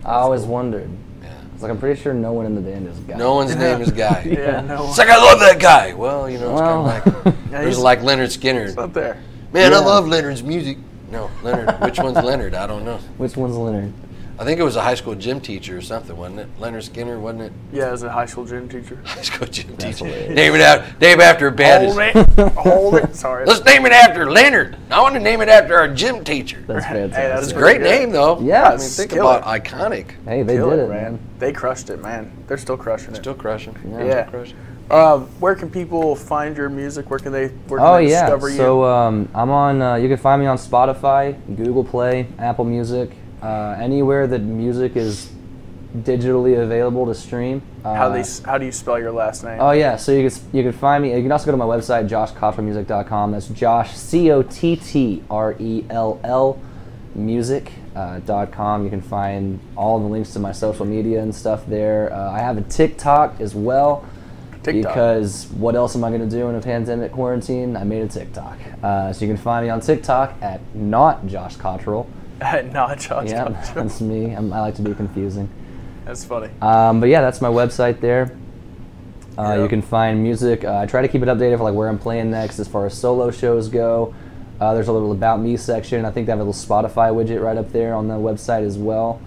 [SPEAKER 6] I always wondered.
[SPEAKER 1] Yeah.
[SPEAKER 6] It's like I'm pretty sure no one in the band is a guy.
[SPEAKER 1] No one's name is Guy.
[SPEAKER 2] Yeah, no,
[SPEAKER 1] It's like I love that guy. Well, you know, it's
[SPEAKER 6] Well,
[SPEAKER 1] kind of like
[SPEAKER 2] yeah,
[SPEAKER 1] it was
[SPEAKER 2] he's
[SPEAKER 1] like Leonard Skinner.
[SPEAKER 2] up there.
[SPEAKER 1] Man,
[SPEAKER 6] Yeah.
[SPEAKER 1] I love Leonard's music. No, Leonard. Which one's Leonard? I don't know.
[SPEAKER 6] Which one's Leonard?
[SPEAKER 1] I think it was a high school gym teacher or something, wasn't it? Leonard Skinner, wasn't it?
[SPEAKER 2] Yeah, as a high school gym teacher.
[SPEAKER 1] High school gym teacher. Name it out. Name after a band.
[SPEAKER 2] Hold
[SPEAKER 1] Is,
[SPEAKER 2] it, hold it. Sorry.
[SPEAKER 1] let's name it after Leonard. I want to name it after our gym teacher.
[SPEAKER 6] That's fantastic.
[SPEAKER 2] that
[SPEAKER 1] It's
[SPEAKER 2] is
[SPEAKER 1] a great
[SPEAKER 2] pretty good.
[SPEAKER 1] name though.
[SPEAKER 6] Yeah,
[SPEAKER 1] I mean,
[SPEAKER 6] it's
[SPEAKER 1] think
[SPEAKER 2] killer.
[SPEAKER 1] about iconic.
[SPEAKER 6] hey, they
[SPEAKER 2] Kill
[SPEAKER 6] did
[SPEAKER 2] it,
[SPEAKER 6] it, man.
[SPEAKER 2] They crushed it, man. They're still crushing it.
[SPEAKER 1] Still crushing.
[SPEAKER 2] yeah.
[SPEAKER 1] Crushing.
[SPEAKER 2] Uh, where can people find your music? Where can they? Where can
[SPEAKER 6] Oh
[SPEAKER 2] they
[SPEAKER 6] yeah.
[SPEAKER 2] discover you?
[SPEAKER 6] So um, I'm on. Uh, you can find me on Spotify, Google Play, Apple Music, uh, anywhere that music is digitally available to stream. Uh,
[SPEAKER 2] how they? s- How do you spell your last name?
[SPEAKER 6] Oh yeah, so you can you can find me. You can also go to my website, joshcottrellmusic.com. That's Josh C O T T R E L L music. Uh, dot com. You can find all the links to my social media and stuff there. Uh, I have a TikTok as well
[SPEAKER 2] TikTok.
[SPEAKER 6] because what else am I going to do in a pandemic quarantine? I made a TikTok. Uh, so you can find me on TikTok at not Josh Cottrell.
[SPEAKER 2] Not Josh.
[SPEAKER 6] Yeah, that's me. I'm, I like to be confusing.
[SPEAKER 2] That's funny.
[SPEAKER 6] Um, but yeah, that's my website there. Uh,
[SPEAKER 2] Yeah.
[SPEAKER 6] You can find music. Uh, I try to keep it updated for like where I'm playing next as far as solo shows go. Uh, there's a little about me section. I think they have a little Spotify widget right up there on the website as well,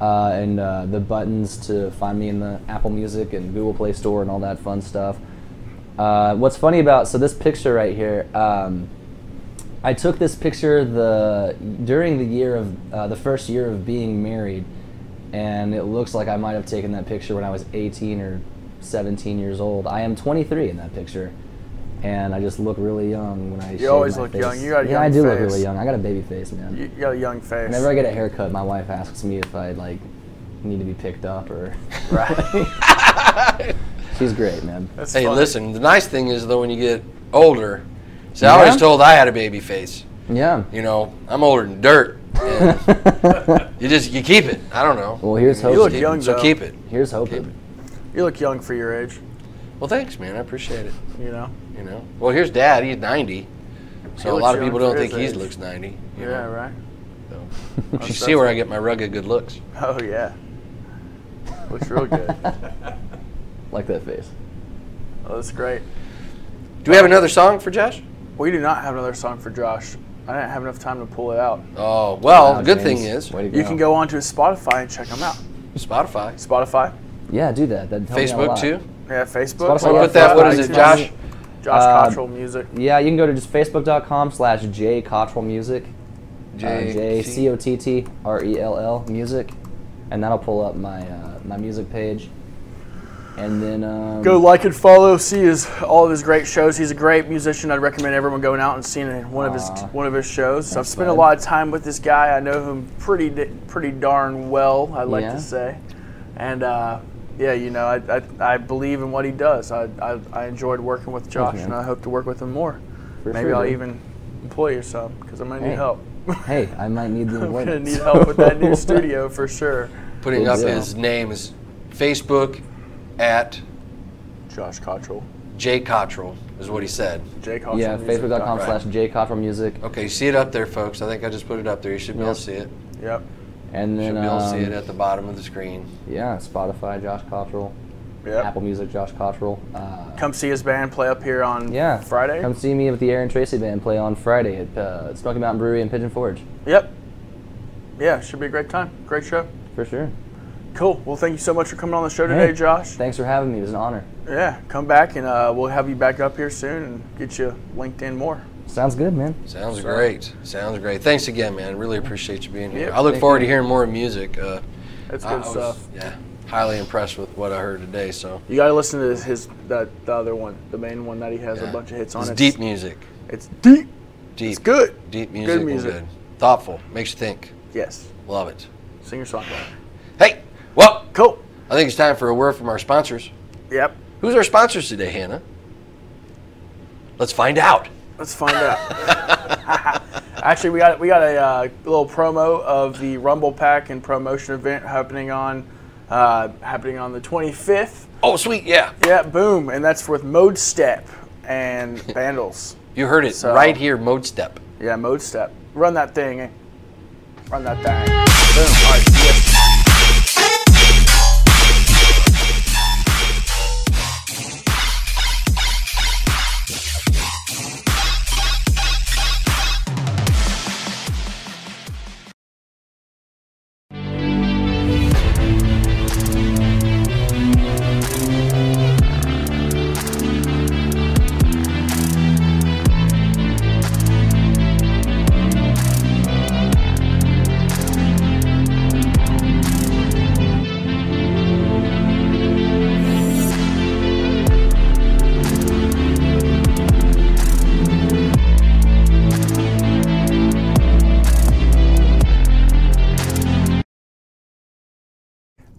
[SPEAKER 6] uh, and uh, the buttons to find me in the Apple Music and Google Play Store and all that fun stuff. Uh, what's funny about so this picture right here? Um, I took this picture the during the year of uh, the first year of being married, and it looks like I might have taken that picture when I was 18 or 17 years old. I am 23 in that picture, and I just look really young when I. shave
[SPEAKER 2] always
[SPEAKER 6] my
[SPEAKER 2] look
[SPEAKER 6] face.
[SPEAKER 2] young. You got a
[SPEAKER 6] yeah, I
[SPEAKER 2] young
[SPEAKER 6] do look
[SPEAKER 2] face.
[SPEAKER 6] really young. I got a baby face, man.
[SPEAKER 2] You you got a young face.
[SPEAKER 6] Whenever I get a haircut, my wife asks me if I like need to be picked up or.
[SPEAKER 2] Right.
[SPEAKER 6] She's great, man.
[SPEAKER 2] That's
[SPEAKER 1] Hey,
[SPEAKER 2] funny.
[SPEAKER 1] listen. The nice thing is though, when you get older, see, I
[SPEAKER 6] Yeah?
[SPEAKER 1] always told I had a baby face.
[SPEAKER 6] Yeah.
[SPEAKER 1] You know, I'm older than dirt. and you just you keep it. I don't know.
[SPEAKER 6] Well, here's
[SPEAKER 1] I mean,
[SPEAKER 6] hoping. You look
[SPEAKER 1] keep it,
[SPEAKER 2] young,
[SPEAKER 1] so
[SPEAKER 2] though.
[SPEAKER 1] keep it.
[SPEAKER 6] Here's hoping.
[SPEAKER 2] You look young for your age.
[SPEAKER 1] Well, thanks, man. I appreciate it.
[SPEAKER 2] You know.
[SPEAKER 1] You know. Well, here's Dad. He's 90.
[SPEAKER 2] He
[SPEAKER 1] So a
[SPEAKER 2] looks
[SPEAKER 1] lot of
[SPEAKER 2] young
[SPEAKER 1] people
[SPEAKER 2] for
[SPEAKER 1] don't
[SPEAKER 2] his
[SPEAKER 1] think he
[SPEAKER 2] age.
[SPEAKER 1] looks 90. you
[SPEAKER 2] Yeah.
[SPEAKER 1] know,
[SPEAKER 2] Right.
[SPEAKER 1] so. You see where I get my rugged good looks.
[SPEAKER 2] Oh yeah. Looks real good. oh,
[SPEAKER 6] Like that face.
[SPEAKER 2] that's great.
[SPEAKER 1] Do we have another song for Josh?
[SPEAKER 2] We do not have another song for Josh. I didn't have enough time to pull it out.
[SPEAKER 1] Oh, well,
[SPEAKER 6] Wow,
[SPEAKER 1] the good
[SPEAKER 6] James,
[SPEAKER 1] thing is
[SPEAKER 6] way to
[SPEAKER 2] You can go on to his Spotify and check him out.
[SPEAKER 1] Spotify,
[SPEAKER 2] Spotify.
[SPEAKER 6] Yeah, do that. That'd help me out a
[SPEAKER 1] Facebook
[SPEAKER 6] lot. Uh,
[SPEAKER 1] too.
[SPEAKER 2] Yeah, Facebook.
[SPEAKER 6] Spotify,
[SPEAKER 1] So
[SPEAKER 6] yeah,
[SPEAKER 1] put that. What is it,
[SPEAKER 6] Spotify, iTunes.
[SPEAKER 1] Josh?
[SPEAKER 2] Josh
[SPEAKER 6] Uh,
[SPEAKER 2] Cottrell Music.
[SPEAKER 6] Yeah, you can go to just facebook.com slash J Cottrell Music.
[SPEAKER 1] J-
[SPEAKER 6] J
[SPEAKER 1] C-
[SPEAKER 6] C O T T R E L L Music. And that'll pull up my uh, my music page. And then um,
[SPEAKER 2] Go like and follow. See his all of his great shows. He's a great musician. I'd recommend everyone going out and seeing one of his
[SPEAKER 6] Aw.
[SPEAKER 2] one of his shows. I've spent a
[SPEAKER 6] bud.
[SPEAKER 2] lot of time with this guy. I know him pretty di- pretty darn well. I like
[SPEAKER 6] Yeah.
[SPEAKER 2] to say, and uh, yeah, you know, I, I, I believe in what he does. I, I, I enjoyed working with Josh,
[SPEAKER 6] man.
[SPEAKER 2] and I hope to work with him more.
[SPEAKER 6] For
[SPEAKER 2] Maybe
[SPEAKER 6] sure,
[SPEAKER 2] I'll
[SPEAKER 6] dude.
[SPEAKER 2] even employ you some because I'm gonna need
[SPEAKER 6] Hey.
[SPEAKER 2] help.
[SPEAKER 6] Hey, I might need the
[SPEAKER 2] I'm gonna
[SPEAKER 6] employment.
[SPEAKER 2] need help with that new studio for sure.
[SPEAKER 1] Putting up
[SPEAKER 6] Yeah.
[SPEAKER 1] his name is Facebook at
[SPEAKER 2] Josh Cottrell,
[SPEAKER 1] J Cottrell is what he said.
[SPEAKER 2] Jay Cottrell.
[SPEAKER 6] yeah,
[SPEAKER 2] Music.
[SPEAKER 6] facebook.com
[SPEAKER 2] Alright.
[SPEAKER 6] slash J Cottrell Music.
[SPEAKER 1] Okay, you see it up there, folks. I think I just put it up there. You should be able to see it.
[SPEAKER 2] Yep.
[SPEAKER 6] And
[SPEAKER 1] You should
[SPEAKER 6] then
[SPEAKER 1] be able to see it
[SPEAKER 6] um,
[SPEAKER 1] at the bottom of the screen.
[SPEAKER 6] yeah, Spotify, Josh Cottrell.
[SPEAKER 2] Yep.
[SPEAKER 6] Apple Music, Josh Cottrell. Uh,
[SPEAKER 2] Come see his band play up here on
[SPEAKER 6] yeah.
[SPEAKER 2] Friday.
[SPEAKER 6] Come see me with the Aaron Tracy Band play on Friday at uh, Smoky Mountain Brewery in Pigeon Forge.
[SPEAKER 2] Yep. Yeah, should be a great time. Great show.
[SPEAKER 6] For sure.
[SPEAKER 2] Cool. Well, thank you so much for coming on the show today,
[SPEAKER 6] Hey,
[SPEAKER 2] Josh.
[SPEAKER 6] Thanks for having me. It was an honor.
[SPEAKER 2] Yeah, come back and uh, we'll have you back up here soon and get you linked in more.
[SPEAKER 6] Sounds good, man.
[SPEAKER 1] Sounds great. Sounds great. Thanks again, man. Really appreciate you being here.
[SPEAKER 2] Yeah,
[SPEAKER 1] I look
[SPEAKER 2] thank
[SPEAKER 1] forward
[SPEAKER 2] you.
[SPEAKER 1] to hearing more music. Uh,
[SPEAKER 2] That's
[SPEAKER 1] I- I
[SPEAKER 2] good
[SPEAKER 1] was-
[SPEAKER 2] stuff.
[SPEAKER 1] Yeah, highly impressed with what I heard today. So
[SPEAKER 2] You gotta listen to his that the other one, the main one that he has
[SPEAKER 1] Yeah.
[SPEAKER 2] a bunch of hits on.
[SPEAKER 1] it's deep music.
[SPEAKER 2] It's deep.
[SPEAKER 1] Deep.
[SPEAKER 2] It's good.
[SPEAKER 1] Deep music. and
[SPEAKER 2] music.
[SPEAKER 1] good. Thoughtful. Makes you think.
[SPEAKER 2] Yes.
[SPEAKER 1] Love it.
[SPEAKER 2] Singer songwriter.
[SPEAKER 1] Hey, well,
[SPEAKER 2] Cool.
[SPEAKER 1] I think it's time for a word from our sponsors.
[SPEAKER 2] Yep.
[SPEAKER 1] Who's our sponsors today, Hannah? Let's find out.
[SPEAKER 2] Let's find out. Actually, we got we got a uh, little promo of the Rumble Pack and promotion event happening on uh, happening on the 25th.
[SPEAKER 1] Oh, sweet, yeah.
[SPEAKER 2] Yeah, boom, and that's with Mode Step and Vandals.
[SPEAKER 1] You heard it
[SPEAKER 2] So-
[SPEAKER 1] right here, Mode Step.
[SPEAKER 2] Yeah, mode step. Run that thing. eh? Run that thing. Boom. All right, yes.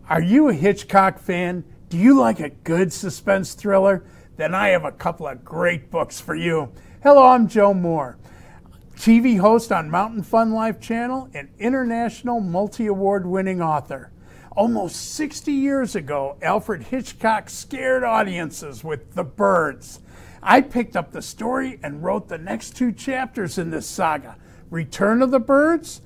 [SPEAKER 7] Are you a Hitchcock fan? Do you like a good suspense thriller? Then I have a couple of great books for you. Hello, I'm Joe Moore, TV host on Mountain Fun Life Channel and international multi award winning author. Almost 60 years ago, Alfred Hitchcock scared audiences with The Birds. I picked up the story and wrote the next two chapters in this saga Return of the Birds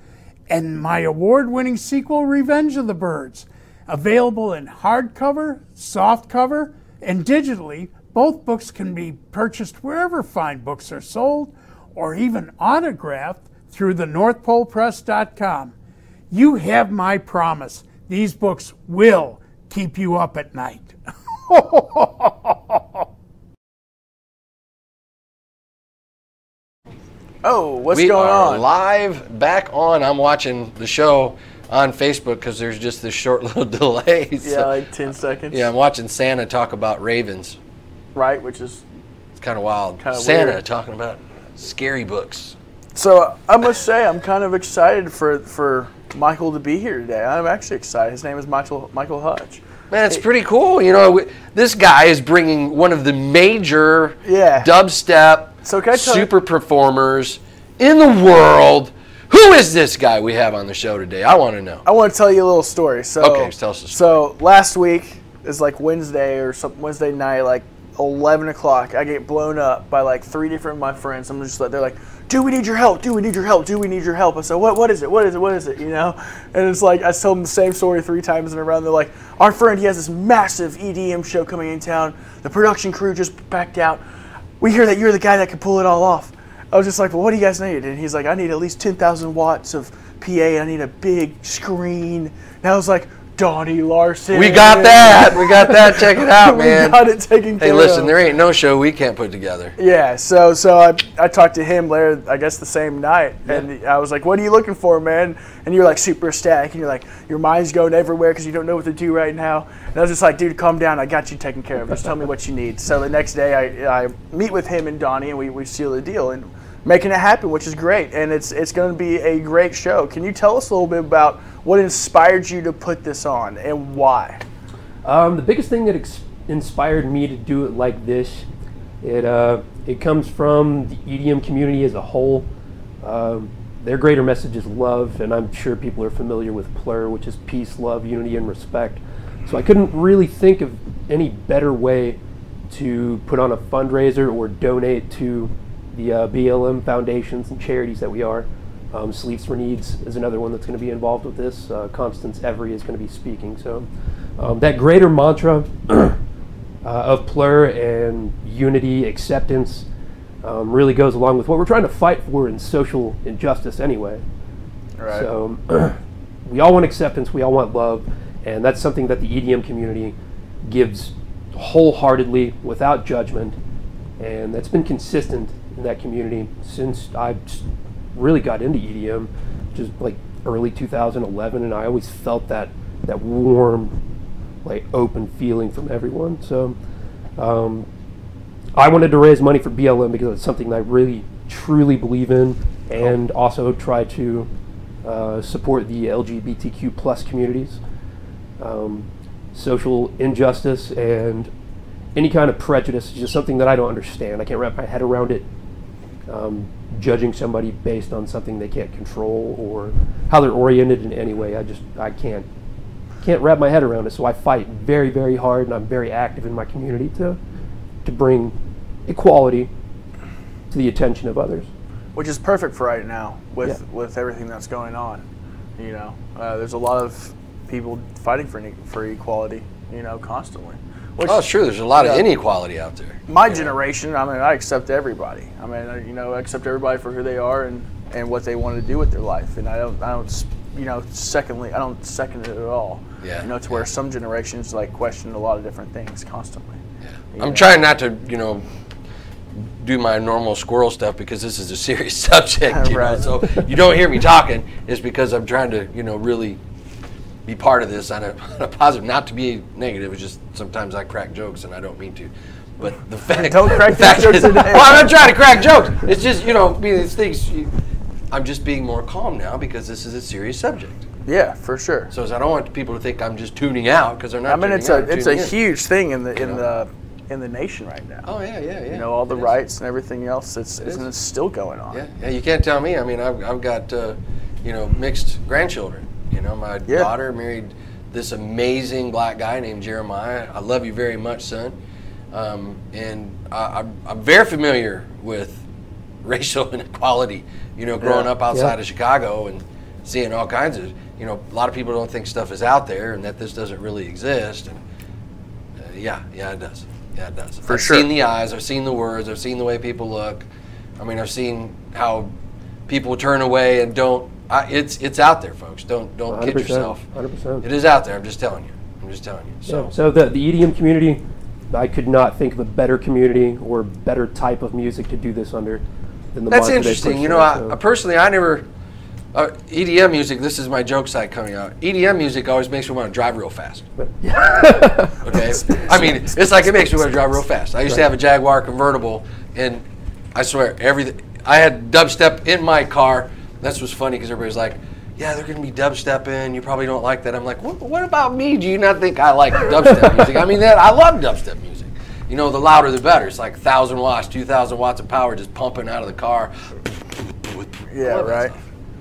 [SPEAKER 7] and my award winning sequel, Revenge of the Birds. Available in hardcover, softcover, and digitally, both books can be purchased wherever fine books are sold or even autographed through the NorthPolePress.com. You have my promise. These books will keep you up at night.
[SPEAKER 2] Oh, what's
[SPEAKER 1] we
[SPEAKER 2] going
[SPEAKER 1] are
[SPEAKER 2] on?
[SPEAKER 1] live back on. I'm watching the show on Facebook because there's just this short little delay. so-
[SPEAKER 2] Yeah, like 10 seconds.
[SPEAKER 1] yeah, I'm watching Santa talk about ravens.
[SPEAKER 2] Right, which is.
[SPEAKER 1] It's kind of wild.
[SPEAKER 2] Kinda
[SPEAKER 1] Santa
[SPEAKER 2] weird.
[SPEAKER 1] talking about scary books.
[SPEAKER 2] So I must say, I'm kind of excited for for Michael to be here today. I'm actually excited. His name is Michael Michael Hutch.
[SPEAKER 1] Man, it's pretty cool. You know, we, this guy is bringing one of the major
[SPEAKER 2] Yeah.
[SPEAKER 1] dubstep
[SPEAKER 2] So can I tell you-
[SPEAKER 1] super performers in the world. Who is this guy we have on the show today? I want to know.
[SPEAKER 2] I want to tell you a little story. So
[SPEAKER 1] Okay, tell us a
[SPEAKER 2] So last week is like Wednesday or some Wednesday night, like eleven o'clock. I get blown up by like three different of my friends. I'm just like they're like, "Do we need your help? Do we need your help? Do we need your help?" I said, "What? What is it? What is it? What is it?" You know, and it's like I tell them the same story three times in a row. And they're like, "Our friend, he has this massive EDM show coming in town. The production crew just backed out. We hear that you're the guy that can pull it all off." I was just like, well, what do you guys need? And he's like, I need at least 10,000 watts of PA. I need a big screen. And I was like, Donnie Larson.
[SPEAKER 1] We got that. We got that. Check it out,
[SPEAKER 2] we
[SPEAKER 1] man.
[SPEAKER 2] got it taken care
[SPEAKER 1] Hey, listen,
[SPEAKER 2] of.
[SPEAKER 1] there ain't no show we can't put together.
[SPEAKER 2] Yeah, so so I, I talked to him later, I guess the same night, and I was like, "What are you looking for, man?" And you're like super static, and you're like, "Your mind's going everywhere because you don't know what to do right now." And I was just like, "Dude, calm down. I got you taken care of. Just tell me what you need." So the next day, I, I meet with him and Donnie, and we, we seal the deal and making it happen, which is great. And it's it's going to be a great show. Can you tell us a little bit about what inspired you to put this on and why?
[SPEAKER 8] Um, the biggest thing that ex- inspired me to do it like this, it uh, it comes from the EDM community as a whole. Um, their greater message is love, and I'm sure people are familiar with PLUR, which is peace, love, unity, and respect. So I couldn't really think of any better way to put on a fundraiser or donate to the uh, BLM foundations and charities that we are. Um, Sleeps for Needs is another one that's going to be involved with this. Uh, Constance Every is going to be speaking. So um, that greater mantra uh, of plur and unity, acceptance, um, really goes along with what we're trying to fight for in social injustice anyway.
[SPEAKER 2] Right.
[SPEAKER 8] So we all want acceptance, we all want love, And that's something that the EDM community gives wholeheartedly without judgment. And that's been consistent in that community since I s- really got into E EDM, just like early 2011. And I always felt that, that warm, like open feeling from everyone. So um, I wanted to raise money for BLM because it's something that I really truly believe in, and also try to uh, support the LGBTQ plus communities, um, social injustice, and any kind of prejudice is just something that I don't understand. I can't wrap my head around it. Um, judging somebody based on something they can't control or how they're oriented in any way, I just I can't can't wrap my head around it. So I fight very, very hard, and I'm very active in my community to to bring equality to the attention of others.
[SPEAKER 2] which is perfect for right now with
[SPEAKER 8] Yeah.
[SPEAKER 2] with everything that's going on. You know, uh, there's a lot of people fighting for ne- for equality. You know, constantly. Which
[SPEAKER 1] Oh, sure. There's a lot of
[SPEAKER 2] Yeah.
[SPEAKER 1] inequality out there.
[SPEAKER 2] my generation, I mean, I accept everybody. I mean, I- you know, I accept everybody for who they are and, and what they want to do with their life. And I don't, I don't, s- you know, secondly, I don't second it at all.
[SPEAKER 1] Yeah,
[SPEAKER 2] You know, to where some generations like question a lot of different things constantly.
[SPEAKER 1] I'm trying not to, you know, do my normal squirrel stuff because this is a serious subject. You
[SPEAKER 2] Right.
[SPEAKER 1] know? So you don't hear me talking is because I'm trying to, you know, really be part of this on a, on a positive, not to be negative. It's just sometimes I crack jokes and I don't mean to. But the fact
[SPEAKER 2] Don't crack
[SPEAKER 1] the fact
[SPEAKER 2] jokes
[SPEAKER 1] is-
[SPEAKER 2] today.
[SPEAKER 1] Well, I'm not trying to crack jokes. It's just you know, be these things. You, I'm just being more calm now because this is a serious subject.
[SPEAKER 2] Yeah, for sure.
[SPEAKER 1] So I don't want people to think I'm just tuning out because they're not.
[SPEAKER 2] I mean,
[SPEAKER 1] tuning
[SPEAKER 2] it's
[SPEAKER 1] out,
[SPEAKER 2] a,
[SPEAKER 1] they're
[SPEAKER 2] it's a
[SPEAKER 1] tuning in.
[SPEAKER 2] huge thing in the, in the, in the nation right now.
[SPEAKER 1] Oh yeah, yeah, yeah.
[SPEAKER 2] You know, all the
[SPEAKER 1] It is.
[SPEAKER 2] rights and everything else. It's,
[SPEAKER 1] is.
[SPEAKER 2] and it's still going on.
[SPEAKER 1] Yeah, yeah. You can't tell me. I mean, I've, I've got uh, you know mixed grandchildren. You know, my
[SPEAKER 2] Yeah.
[SPEAKER 1] daughter married this amazing black guy named Jeremiah. I love you very much, son. Um, and I, I'm, I'm very familiar with racial inequality. You know, growing
[SPEAKER 2] Yeah.
[SPEAKER 1] up outside
[SPEAKER 8] Yeah.
[SPEAKER 1] of Chicago and seeing all kinds of. You know, a lot of people don't think stuff is out there and that this doesn't really exist. And uh, yeah, yeah, it does. Yeah, it does. For I've
[SPEAKER 2] sure.
[SPEAKER 1] seen the eyes. I've seen the words. I've seen the way people look. I mean, I've seen how people turn away and don't. I, it's it's out there, folks. Don't don't kid
[SPEAKER 8] 100%,
[SPEAKER 1] yourself.
[SPEAKER 8] 100%.
[SPEAKER 1] It is out there. I'm just telling you. I'm just telling you. So
[SPEAKER 8] So, so the, the EDM community, I could not think of a better community or better type of music to do this under than the
[SPEAKER 1] that's
[SPEAKER 8] Monterey
[SPEAKER 1] interesting.
[SPEAKER 8] Push
[SPEAKER 1] You know,
[SPEAKER 8] Show,
[SPEAKER 1] I,
[SPEAKER 8] so-
[SPEAKER 1] I personally, I never. Uh, EDM music. This is my joke side coming out. EDM music always makes me want to drive real fast. Okay. I mean, it's like it makes me want to drive real fast. I used to have a Jaguar convertible, and I swear, everything. I had dubstep in my car. That's what's funny because everybody's like, "Yeah, they're gonna be dubstepping. You probably don't like that." I'm like, "What, what about me? Do you not think I like dubstep music? I mean, that I love dubstep music. You know, the louder the better. It's like thousand watts, two thousand watts of power just pumping out of the car.
[SPEAKER 2] Yeah, right.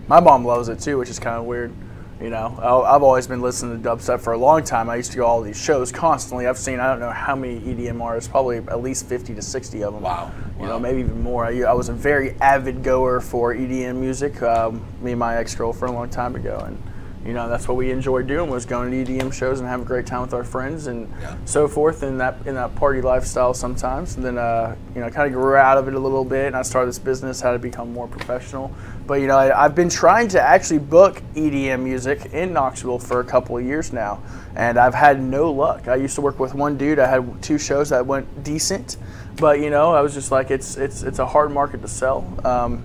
[SPEAKER 2] My mom loves it too, which is kind of weird. You know, I- I've always been listening to dubstep for a long time. I used to go to all these shows constantly. I've seen I don't know how many E EDM artists, probably at least fifty to sixty of them.
[SPEAKER 1] Wow.
[SPEAKER 2] You
[SPEAKER 1] Wow.
[SPEAKER 2] know, maybe even more. I, I was a very avid goer for EDM music. Um, me and my ex girlfriend a long time ago, and you know that's what we enjoyed doing was going to EDM shows and having a great time with our friends and
[SPEAKER 1] Yeah.
[SPEAKER 2] so forth in that in that party lifestyle sometimes. And then uh, you know, kind of grew out of it a little bit, and I started this business, how to become more professional. But you know, I, I've been trying to actually book EDM music in Knoxville for a couple of years now, and I've had no luck. I used to work with one dude. I had two shows that went decent, but you know, I was just like, it's it's it's a hard market to sell, um,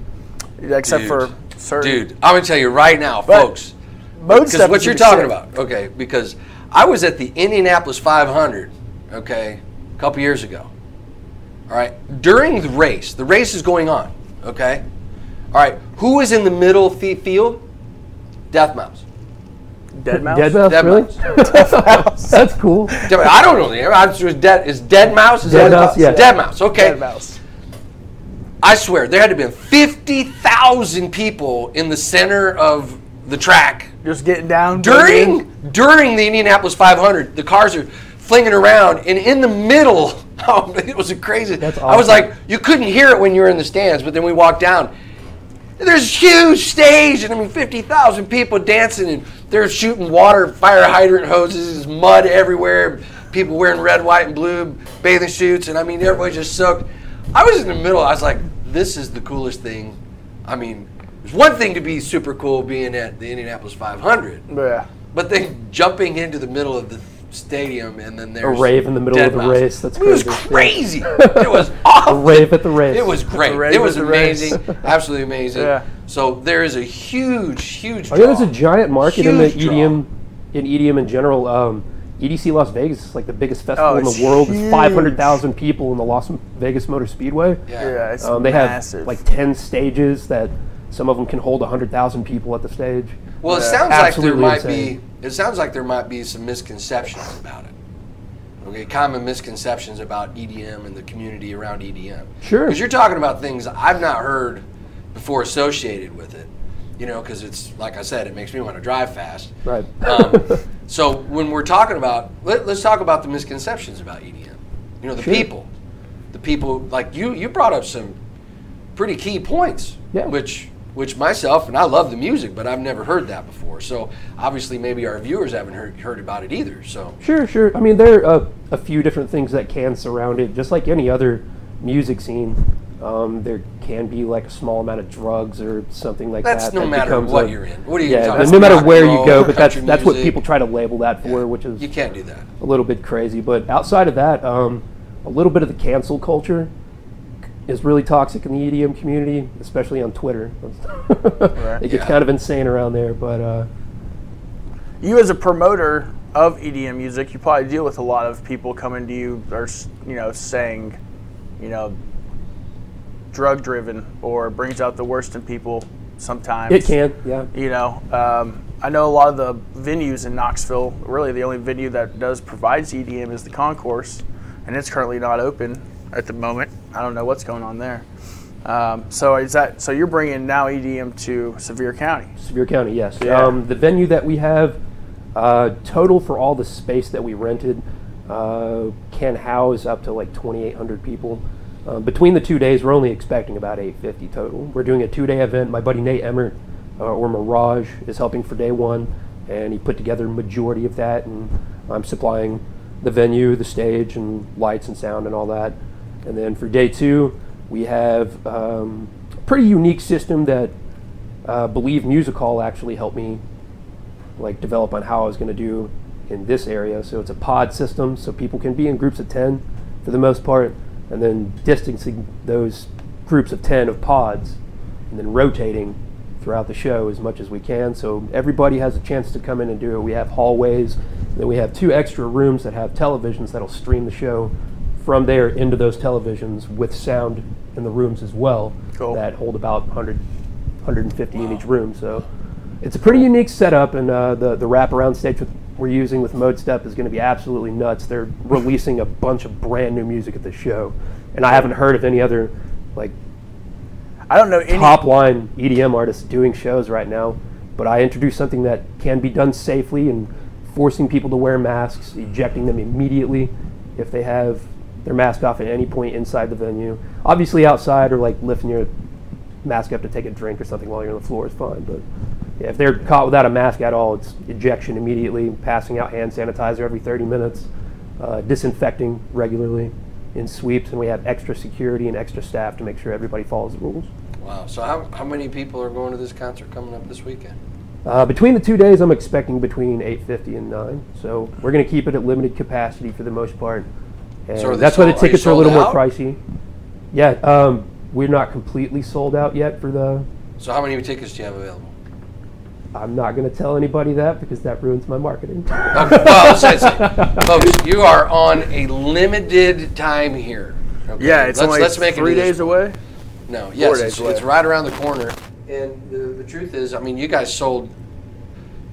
[SPEAKER 2] except
[SPEAKER 1] Dude.
[SPEAKER 2] for certain
[SPEAKER 1] Dude, I'm gonna tell you right now, folks.
[SPEAKER 2] Mode
[SPEAKER 1] Because
[SPEAKER 2] step
[SPEAKER 1] what
[SPEAKER 2] is
[SPEAKER 1] you're
[SPEAKER 2] a
[SPEAKER 1] talking
[SPEAKER 2] shit.
[SPEAKER 1] about, okay? Because I was at the Indianapolis 500, okay, a couple years ago. All right, during the race, the race is going on, okay. All right, who was in the middle fi- field? Death Mouse.
[SPEAKER 2] Dead Mouse.
[SPEAKER 8] Dead Mouse,
[SPEAKER 1] Dead
[SPEAKER 8] Oh, really?
[SPEAKER 1] Mouse.
[SPEAKER 8] That's cool.
[SPEAKER 1] Dead- I don't know the name. I just was dead. Is Dead Mouse? Is
[SPEAKER 8] Dead
[SPEAKER 1] that-
[SPEAKER 8] Mouse, yeah.
[SPEAKER 1] Dead Mouse. Okay.
[SPEAKER 2] Dead Mouse.
[SPEAKER 1] I swear, there had to have been 50,000 people in the center of the track
[SPEAKER 2] Just getting down
[SPEAKER 1] during during the Indianapolis 500, the cars are flinging around, and in the middle, oh, it was a crazy.
[SPEAKER 8] That's
[SPEAKER 1] I was
[SPEAKER 8] awesome.
[SPEAKER 1] like, you couldn't hear it when you were in the stands, but then we walked down. and There's huge stage, and I mean, 50,000 people dancing, and they're shooting water, fire hydrant hoses, there's mud everywhere, people wearing red, white, and blue bathing suits, and I mean, everybody's just soaked. I was in the middle, I was like, this is the coolest thing. I mean, it's one thing to be super cool being at the Indianapolis 500,
[SPEAKER 2] Yeah.
[SPEAKER 1] But then jumping into the middle of the stadium and then
[SPEAKER 8] A
[SPEAKER 1] there's
[SPEAKER 8] rave in the middle
[SPEAKER 1] dead
[SPEAKER 8] of the
[SPEAKER 1] mouse.
[SPEAKER 8] race. That's
[SPEAKER 1] It was
[SPEAKER 8] crazy.
[SPEAKER 1] crazy. it was
[SPEAKER 8] A
[SPEAKER 1] awful.
[SPEAKER 8] rave at the race.
[SPEAKER 1] It was great.
[SPEAKER 2] Rave
[SPEAKER 1] It was
[SPEAKER 2] at the race.
[SPEAKER 1] amazing. Absolutely amazing.
[SPEAKER 2] Yeah.
[SPEAKER 1] So there is a huge, huge.
[SPEAKER 8] Oh yeah, there's a
[SPEAKER 1] draw.
[SPEAKER 8] giant market in the
[SPEAKER 1] Huge draw.
[SPEAKER 8] EDM, in EDM in general. Um, EDC Las Vegas is like the biggest festival
[SPEAKER 2] Oh,
[SPEAKER 8] in
[SPEAKER 2] it's
[SPEAKER 8] the world. It's
[SPEAKER 2] huge.
[SPEAKER 8] 500,000 people in the Las Vegas Motor Speedway.
[SPEAKER 1] Yeah.
[SPEAKER 2] Yeah, it's
[SPEAKER 8] Um, they
[SPEAKER 2] massive.
[SPEAKER 8] have like 10 stages that some of them can hold 100,000 people at the stage.
[SPEAKER 1] Well, it
[SPEAKER 2] Yeah.
[SPEAKER 1] sounds like there
[SPEAKER 8] uh, Absolutely
[SPEAKER 1] might
[SPEAKER 8] insane.
[SPEAKER 1] be. It sounds like there might be some misconceptions about it. Okay, common misconceptions about EDM and the community around E EDM.
[SPEAKER 8] Sure.
[SPEAKER 1] Because you're talking about things I've not heard before associated with it. You know, because it's like I said, it makes me want to drive fast.
[SPEAKER 8] Right.
[SPEAKER 1] Um, so when we're talking about, let, let's talk about the misconceptions about EDM. You know, the
[SPEAKER 8] Sure.
[SPEAKER 1] people, the people like you. You brought up some pretty key points,
[SPEAKER 8] Yeah.
[SPEAKER 1] which which myself and I love the music, but I've never heard that before. So obviously, maybe our viewers haven't heard heard about it either. So
[SPEAKER 8] Sure, sure. I mean, there are a, a few different things that can surround it, just like any other music scene. Um, there can be like a small amount of drugs or something like
[SPEAKER 1] that's
[SPEAKER 8] that.
[SPEAKER 1] no
[SPEAKER 8] that
[SPEAKER 1] matter
[SPEAKER 8] becomes
[SPEAKER 1] what
[SPEAKER 8] a-
[SPEAKER 1] you're in. What are you
[SPEAKER 8] Yeah,
[SPEAKER 1] talking
[SPEAKER 8] no
[SPEAKER 1] about?
[SPEAKER 8] matter
[SPEAKER 1] Rock
[SPEAKER 8] where
[SPEAKER 1] and
[SPEAKER 8] you
[SPEAKER 1] roll,
[SPEAKER 8] go, but that's
[SPEAKER 1] country
[SPEAKER 8] that's what
[SPEAKER 1] music?
[SPEAKER 8] people try to label that for, which is
[SPEAKER 1] You can't do that.
[SPEAKER 8] a little bit crazy. But outside of that, um, a little bit of the cancel culture is really toxic in the EDM community, especially on Twitter. it gets
[SPEAKER 1] Yeah.
[SPEAKER 8] kind of insane around there. But uh,
[SPEAKER 2] you as a promoter of EDM music, you probably deal with a lot of people coming to you or s- you know saying, you know, drug driven or brings out the worst in people sometimes.
[SPEAKER 8] it can, yeah.
[SPEAKER 2] You know, um, I know a lot of the venues in Knoxville. Really, the only venue that does provides EDM is the Concourse, and it's currently not open at the moment. I don't know what's going on there. Um, so is that so? You're bringing now EDM to Sevier County.
[SPEAKER 8] Sevier County, yes.
[SPEAKER 2] Yeah.
[SPEAKER 8] Um, the venue that we have, uh, total for all the space that we rented, uh, can house up to like 2,800 people. Uh, between the two days, we're only expecting about 850 total. We're doing a two day event. My buddy Nate Emmert, uh, or Mirage, is helping for day one, and he put together majority of that, and I'm supplying the venue, the stage, and lights and sound and all that. And then for day two, we have um, a pretty unique system that uh, Believe Music Hall actually helped me like develop on how I was going to do in this area. So it's a pod system, so people can be in groups of ten for the most part, and then distancing those groups of ten of pods, and then rotating throughout the show as much as we can. So everybody has a chance to come in and do it. We have hallways, and then we have two extra rooms that have televisions that'll stream the show from there into those televisions with sound in the rooms as well
[SPEAKER 2] Cool.
[SPEAKER 8] that hold about 100 150 in each room. So it's a pretty unique setup, and uh, the the wraparound stage with, we're using with Mode Step is going to be absolutely nuts. They're releasing a bunch of brand new music at the show, and I haven't heard of any other like
[SPEAKER 2] I don't know any
[SPEAKER 8] top line EDM artists doing shows right now. But I introduced something that can be done safely and forcing people to wear masks, ejecting them immediately if they have their mask off at any point inside the venue. Obviously, outside or like lifting your mask up to take a drink or something while you're on the floor is fine. But yeah, if they're caught without a mask at all, it's ejection immediately, passing out hand sanitizer every 30 minutes, uh, disinfecting regularly in sweeps, and we have extra security and extra staff to make sure everybody follows the rules.
[SPEAKER 1] Wow. So how, how many people are going to this concert coming up this weekend?
[SPEAKER 8] Uh, between the two days, I'm expecting between 850 and 9. So we're going to keep it at limited capacity for the most part. And
[SPEAKER 1] So are they
[SPEAKER 8] that's why
[SPEAKER 1] sold-
[SPEAKER 8] the
[SPEAKER 1] are they
[SPEAKER 8] tickets are a
[SPEAKER 1] sold
[SPEAKER 8] little
[SPEAKER 1] out?
[SPEAKER 8] more pricey. Yeah, um, we're not completely sold out yet for the.
[SPEAKER 1] So how many tickets do you have available?
[SPEAKER 8] I'm not going to tell anybody that because that ruins my marketing.
[SPEAKER 1] well, seriously, folks, you are on a limited time here. Okay?
[SPEAKER 2] Yeah, it's
[SPEAKER 1] let's,
[SPEAKER 2] only
[SPEAKER 1] let's make it
[SPEAKER 2] three
[SPEAKER 1] to this
[SPEAKER 2] days
[SPEAKER 1] point.
[SPEAKER 2] away.
[SPEAKER 1] No, yes,
[SPEAKER 2] days
[SPEAKER 1] it's,
[SPEAKER 2] away.
[SPEAKER 1] it's right around the corner. And the, the truth is, I mean, you guys sold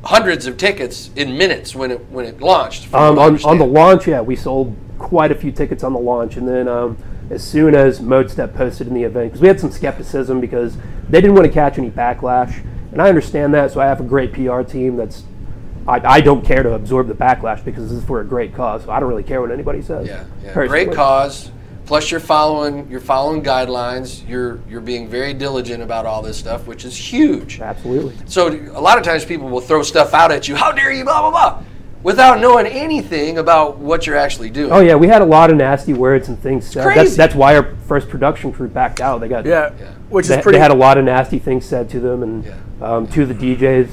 [SPEAKER 1] hundreds of tickets in minutes when it when it launched. from
[SPEAKER 8] Um,
[SPEAKER 1] what I
[SPEAKER 8] on, on the
[SPEAKER 1] understand.
[SPEAKER 8] launch, yeah, we sold quite a few tickets on the launch, and then um, as soon as ModeStep posted in the event, because we had some skepticism because they didn't want to catch any backlash, and I understand that. So I have a great PR team that's. I, I don't care to absorb the backlash because this is for a great cause. So I don't really care what anybody says.
[SPEAKER 1] yeah, yeah.
[SPEAKER 8] Personally.
[SPEAKER 1] great cause. Plus, you're following you're following guidelines. You're you're being very diligent about all this stuff, which is huge.
[SPEAKER 8] Absolutely.
[SPEAKER 1] So a lot of times people will throw stuff out at you. How dare you? Blah blah blah, without knowing anything about what you're actually doing.
[SPEAKER 8] Oh yeah, we had a lot of nasty words and things said. That's,
[SPEAKER 1] crazy.
[SPEAKER 8] that's why our first production crew backed out. They got
[SPEAKER 2] Yeah, which
[SPEAKER 8] they,
[SPEAKER 2] is pretty.
[SPEAKER 8] they had a lot of nasty things said to them and um, to the DJs.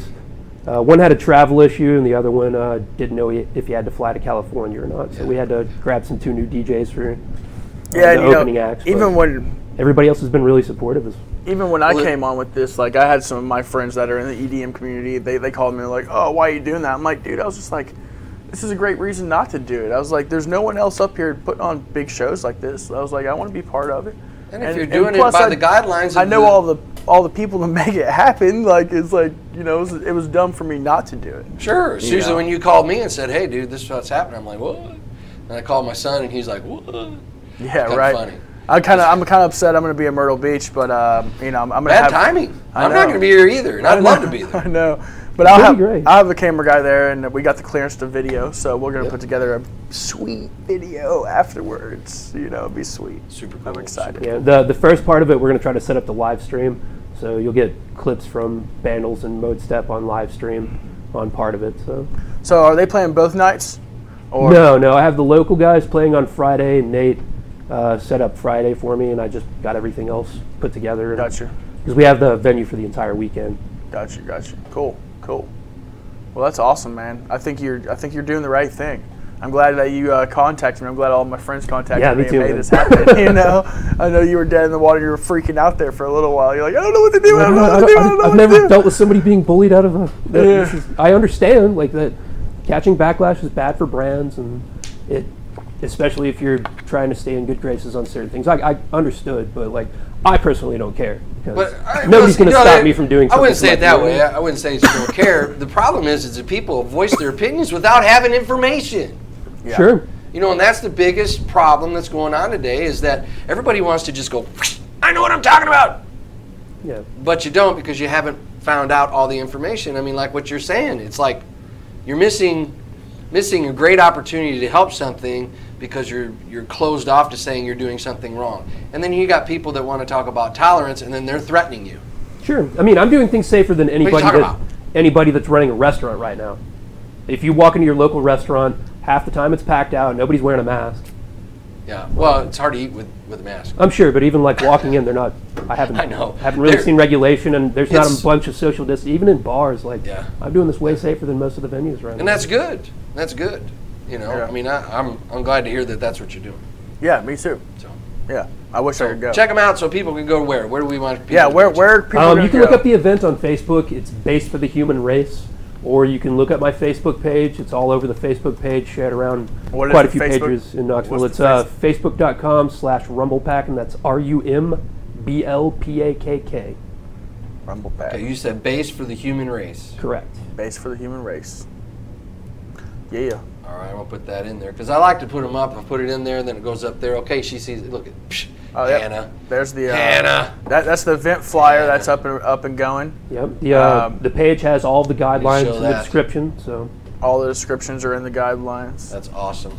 [SPEAKER 8] Uh, one had a travel issue, and the other one uh, didn't know he- if he had to fly to California or not. So we had to grab some two new DJs for
[SPEAKER 2] Yeah,
[SPEAKER 8] uh, the
[SPEAKER 2] and, you know,
[SPEAKER 8] opening acts. but
[SPEAKER 2] even when
[SPEAKER 8] everybody else has been really supportive. As,
[SPEAKER 2] even when I came on with this, like I had some of my friends that are in the EDM community. They they called me like, "Oh, why are you doing that?" I'm like, "Dude, I was just like, this is a great reason not to do it." I was like, "There's no one else up here putting on big shows like this." I was like, "I want to be part of it."
[SPEAKER 1] And if you're doing it by the guidelines,
[SPEAKER 2] I
[SPEAKER 1] of
[SPEAKER 2] know
[SPEAKER 1] the-
[SPEAKER 2] all the all the people to make it happen. Like it's like you know, it was, it was dumb for me not to do it.
[SPEAKER 1] Sure. It's usually
[SPEAKER 2] know.
[SPEAKER 1] when you called me and said, "Hey, dude, this is what's happening," I'm like, "What?" And I called my son, and he's like, "What?"
[SPEAKER 2] Yeah,
[SPEAKER 1] kinda
[SPEAKER 2] right.
[SPEAKER 1] funny.
[SPEAKER 2] I kind of I'm kind of upset. I'm going to be in Myrtle Beach, but um, you know, I'm, I'm going to
[SPEAKER 1] Bad
[SPEAKER 2] have
[SPEAKER 1] timing.
[SPEAKER 2] I
[SPEAKER 1] I'm not
[SPEAKER 2] know.
[SPEAKER 1] going to be here either, and
[SPEAKER 2] I
[SPEAKER 1] I'd love
[SPEAKER 2] know,
[SPEAKER 1] to be there.
[SPEAKER 2] I know, but I'll have
[SPEAKER 8] great.
[SPEAKER 2] I'll have a camera guy there, and we got the clearance to video, so we're gonna put together a sweet video afterwards. You know, it'd be sweet.
[SPEAKER 1] Super
[SPEAKER 2] I'm
[SPEAKER 1] cool,
[SPEAKER 2] excited.
[SPEAKER 8] yeah, the the first part of it, we're going to try to set up the live stream. So you'll get clips from Bandles and Mode Step on live stream on part of it. So
[SPEAKER 2] So are they playing both nights? Or
[SPEAKER 8] no, no, I have the local guys playing on Friday. Nate uh, set up Friday for me, and I just got everything else put together.
[SPEAKER 2] Gotcha,
[SPEAKER 8] Because we have the venue for the entire weekend.
[SPEAKER 2] gotcha, gotcha. Cool, cool. Well, that's awesome, man. I think you're I think you're doing the right thing. I'm glad that you uh, contacted me. I'm glad all my friends contacted
[SPEAKER 8] Yeah, me
[SPEAKER 2] me,
[SPEAKER 8] too,
[SPEAKER 2] and made
[SPEAKER 8] man.
[SPEAKER 2] this happen. you know, I know you were dead in the water. You were freaking out there for a little while. You're like, I don't know what to do. I don't know what to do. I don't know
[SPEAKER 8] I've
[SPEAKER 2] what to do.
[SPEAKER 8] never dealt with somebody being bullied out of a. That,
[SPEAKER 2] Yeah.
[SPEAKER 8] this is, I understand, like that, catching backlash is bad for brands, and it, especially if you're trying to stay in good graces on certain things. I, I understood, but like, I personally don't care because
[SPEAKER 1] But I, listen,
[SPEAKER 8] nobody's going to
[SPEAKER 1] you know,
[SPEAKER 8] stop
[SPEAKER 1] they-
[SPEAKER 8] me from doing.
[SPEAKER 1] I
[SPEAKER 8] something
[SPEAKER 1] wouldn't
[SPEAKER 8] to
[SPEAKER 1] say it
[SPEAKER 8] my
[SPEAKER 1] that
[SPEAKER 8] community.
[SPEAKER 1] way. I I wouldn't say you don't care. The problem is, is that people voice their opinions without having information.
[SPEAKER 8] Sure.
[SPEAKER 1] You know, and that's the biggest problem that's going on today is that everybody wants to just go, I know what I'm talking about.
[SPEAKER 8] Yeah.
[SPEAKER 1] But you don't because you haven't found out all the information. I mean, like what you're saying, it's like you're missing missing a great opportunity to help something because you're you're closed off to saying you're doing something wrong. And then you got people that want to talk about tolerance and then they're threatening you.
[SPEAKER 8] Sure. I mean, I'm doing things safer than anybody
[SPEAKER 1] talking
[SPEAKER 8] that,
[SPEAKER 1] about?
[SPEAKER 8] anybody that's running a restaurant right now. If you walk into your local restaurant, half the time it's packed out. Nobody's wearing a mask.
[SPEAKER 1] Yeah. Well, it's hard to eat with, with a mask.
[SPEAKER 8] I'm sure, but even like walking in, they're not. I haven't.
[SPEAKER 1] I know.
[SPEAKER 8] Haven't really
[SPEAKER 1] They're-
[SPEAKER 8] seen regulation, and there's not
[SPEAKER 1] It's-
[SPEAKER 8] a bunch of social distance. Even in bars, like
[SPEAKER 1] Yeah.
[SPEAKER 8] I'm doing this way safer than most of the venues right now.
[SPEAKER 1] And that's good. That's good. You know, I mean, I, I'm I'm glad to hear that that's what you're doing.
[SPEAKER 2] Yeah, me too.
[SPEAKER 1] So
[SPEAKER 2] Yeah, I wish I could go.
[SPEAKER 1] check them out so people can go where? Where do we want people?
[SPEAKER 2] Yeah,
[SPEAKER 1] to
[SPEAKER 2] where
[SPEAKER 1] reach
[SPEAKER 2] where people
[SPEAKER 8] Um,
[SPEAKER 2] gonna
[SPEAKER 8] you can
[SPEAKER 2] go?
[SPEAKER 8] look up the event on Facebook. It's Base for the Human Race, or you can look up my Facebook page. It's all over the Facebook page, shared around
[SPEAKER 2] What is
[SPEAKER 8] quite a
[SPEAKER 2] the
[SPEAKER 8] few
[SPEAKER 2] Facebook?
[SPEAKER 8] pages in Knoxville.
[SPEAKER 2] What's
[SPEAKER 8] it's
[SPEAKER 2] the
[SPEAKER 8] uh, facebook.com slash rumblepack, and that's R U M B L P A K K.
[SPEAKER 2] Rumble
[SPEAKER 1] Okay,
[SPEAKER 2] Pack.
[SPEAKER 1] You said base for the human race.
[SPEAKER 8] Correct.
[SPEAKER 2] Base for the human race. Yeah.
[SPEAKER 1] All right, I'll put that in there because I like to put them up. I put it in there, then it goes up there. Okay, she sees it. Look at psh,
[SPEAKER 2] Oh, yeah.
[SPEAKER 1] Hannah.
[SPEAKER 2] There's the uh,
[SPEAKER 1] Hannah.
[SPEAKER 2] That, that's the event flyer that's up and up and going.
[SPEAKER 8] Yep. The uh,
[SPEAKER 2] Um,
[SPEAKER 8] the page has all the guidelines in the
[SPEAKER 1] that.
[SPEAKER 8] description. So
[SPEAKER 2] All the descriptions are in the guidelines.
[SPEAKER 1] That's awesome.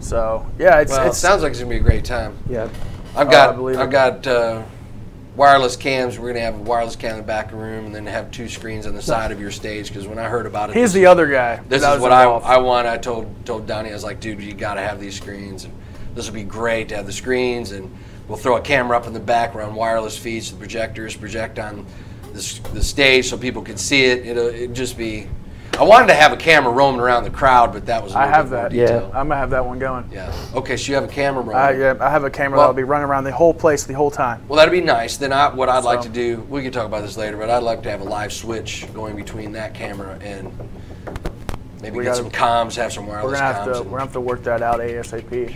[SPEAKER 2] So yeah, it's
[SPEAKER 1] Well,
[SPEAKER 2] it's
[SPEAKER 1] it sounds like it's gonna be a great time.
[SPEAKER 8] yeah.
[SPEAKER 1] I've
[SPEAKER 2] Oh, I
[SPEAKER 1] got
[SPEAKER 2] believe
[SPEAKER 1] I've
[SPEAKER 2] it.
[SPEAKER 1] got uh, wireless cams. We're gonna have a wireless cam in the back room, and then have two screens on the side of your stage. Because when I heard about it,
[SPEAKER 2] he's
[SPEAKER 1] this-
[SPEAKER 2] the other guy.
[SPEAKER 1] this
[SPEAKER 2] that
[SPEAKER 1] is
[SPEAKER 2] was
[SPEAKER 1] what I,
[SPEAKER 2] involved.
[SPEAKER 1] I want. I told told Donnie, I was like, dude, you got to have these screens, and this will be great to have the screens, and we'll throw a camera up in the back, run wireless feeds to the projectors, project on the, s- the stage so people can see it. It'll it'd just be. I wanted to have a camera roaming around the crowd, but that was. I
[SPEAKER 2] I have that.
[SPEAKER 8] Yeah.
[SPEAKER 2] I'm gonna have that one going.
[SPEAKER 1] Yeah. Okay, so you have a camera roaming.
[SPEAKER 2] I, yeah, I have a camera
[SPEAKER 1] Well-
[SPEAKER 2] that'll be running around the whole place the whole time.
[SPEAKER 1] Well, that'd be nice. Then I, what I'd like
[SPEAKER 2] So-
[SPEAKER 1] to do, we can talk about this later, but I'd like to have a live switch going between that camera and maybe
[SPEAKER 2] We
[SPEAKER 1] get
[SPEAKER 2] gotta-
[SPEAKER 1] some comms, have some wireless
[SPEAKER 2] We're gonna have
[SPEAKER 1] comms.
[SPEAKER 2] to
[SPEAKER 1] and-
[SPEAKER 2] we're gonna have to work that out asap.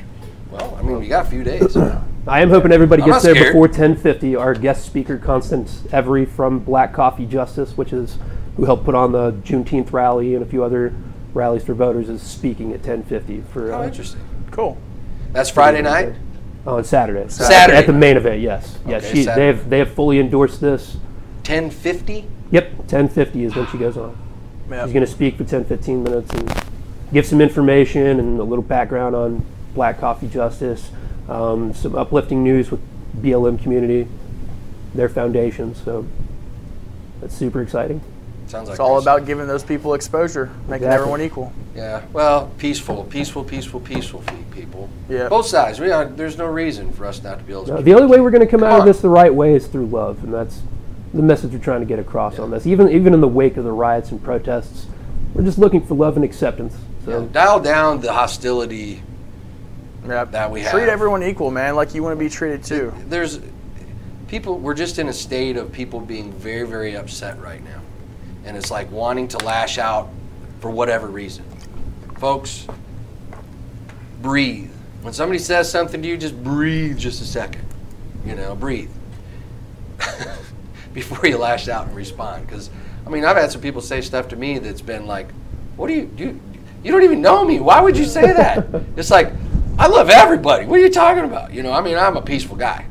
[SPEAKER 1] well, I mean, we got a few days.
[SPEAKER 8] I am hoping everybody
[SPEAKER 1] I'm
[SPEAKER 8] gets
[SPEAKER 1] not
[SPEAKER 8] there
[SPEAKER 1] scared.
[SPEAKER 8] before 10:50. Our guest speaker, Constance Every from Black Coffee Justice, which is who helped put on the Juneteenth rally and a few other rallies for voters, is speaking at 10:50 for
[SPEAKER 1] Oh,
[SPEAKER 8] uh,
[SPEAKER 1] interesting.
[SPEAKER 2] Cool.
[SPEAKER 1] That's Friday night.
[SPEAKER 8] on Saturday.
[SPEAKER 1] Saturday.
[SPEAKER 8] at the main event. Yes, yes.
[SPEAKER 1] Okay,
[SPEAKER 8] she,
[SPEAKER 1] Saturday.
[SPEAKER 8] they have they have fully endorsed this.
[SPEAKER 1] Ten fifty.
[SPEAKER 8] Yep, 10:50 is when she goes on.
[SPEAKER 2] Yeah.
[SPEAKER 8] She's going to speak for 10, 15 minutes and give some information and a little background on Black Coffee Justice, um, some uplifting news with BLM community, their foundation. So that's super exciting.
[SPEAKER 1] Sounds like
[SPEAKER 2] It's all
[SPEAKER 1] there's-
[SPEAKER 2] about giving those people exposure, making
[SPEAKER 8] Exactly.
[SPEAKER 2] everyone equal.
[SPEAKER 1] Yeah. Well, peaceful, peaceful, peaceful, peaceful fe- people.
[SPEAKER 2] Yeah.
[SPEAKER 1] Both sides. We are, there's no reason for us not to be able to.
[SPEAKER 8] Uh, the only way we're going to come, out
[SPEAKER 1] on.
[SPEAKER 8] of this the right way is through love, and that's the message we're trying to get across on this. Even even in the wake of the riots and protests, we're just looking for love and acceptance. So
[SPEAKER 1] Dial down the hostility that we have.
[SPEAKER 2] Treat everyone equal, man, like you want to be treated too.
[SPEAKER 1] there's people we're just in a state of people being very very upset right now and it's like wanting to lash out for whatever reason folks breathe when somebody says something to you just breathe just a second you know breathe before you lash out and respond because i mean i've had some people say stuff to me that's been like what do you do you don't even know me why would you say that it's like i love everybody what are you talking about you know i mean i'm a peaceful guy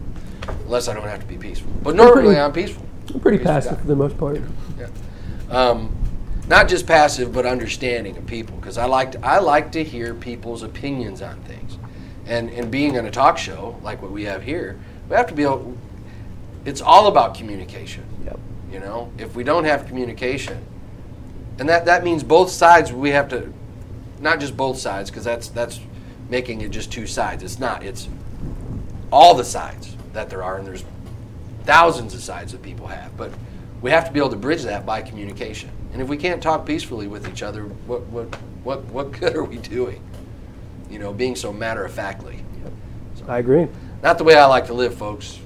[SPEAKER 1] unless I don't have to be peaceful. But normally I'm peaceful.
[SPEAKER 8] I'm pretty
[SPEAKER 1] Peaceful
[SPEAKER 8] passive
[SPEAKER 1] guy.
[SPEAKER 8] for the most part.
[SPEAKER 1] Um, not just passive, but understanding of people because I like to, I like to hear people's opinions on things, and and being on a talk show like what we have here, we have to be able. It's all about communication.
[SPEAKER 8] Yep.
[SPEAKER 1] You know, if we don't have communication, and that that means both sides we have to, not just both sides because that's that's making it just two sides. It's not. It's all the sides that there are, and there's thousands of sides that people have. But we have to be able to bridge that by communication. And if we can't talk peacefully with each other, what what what what good are we doing? You know, being so matter of factly.
[SPEAKER 8] I agree.
[SPEAKER 1] Not the way I like to live, folks.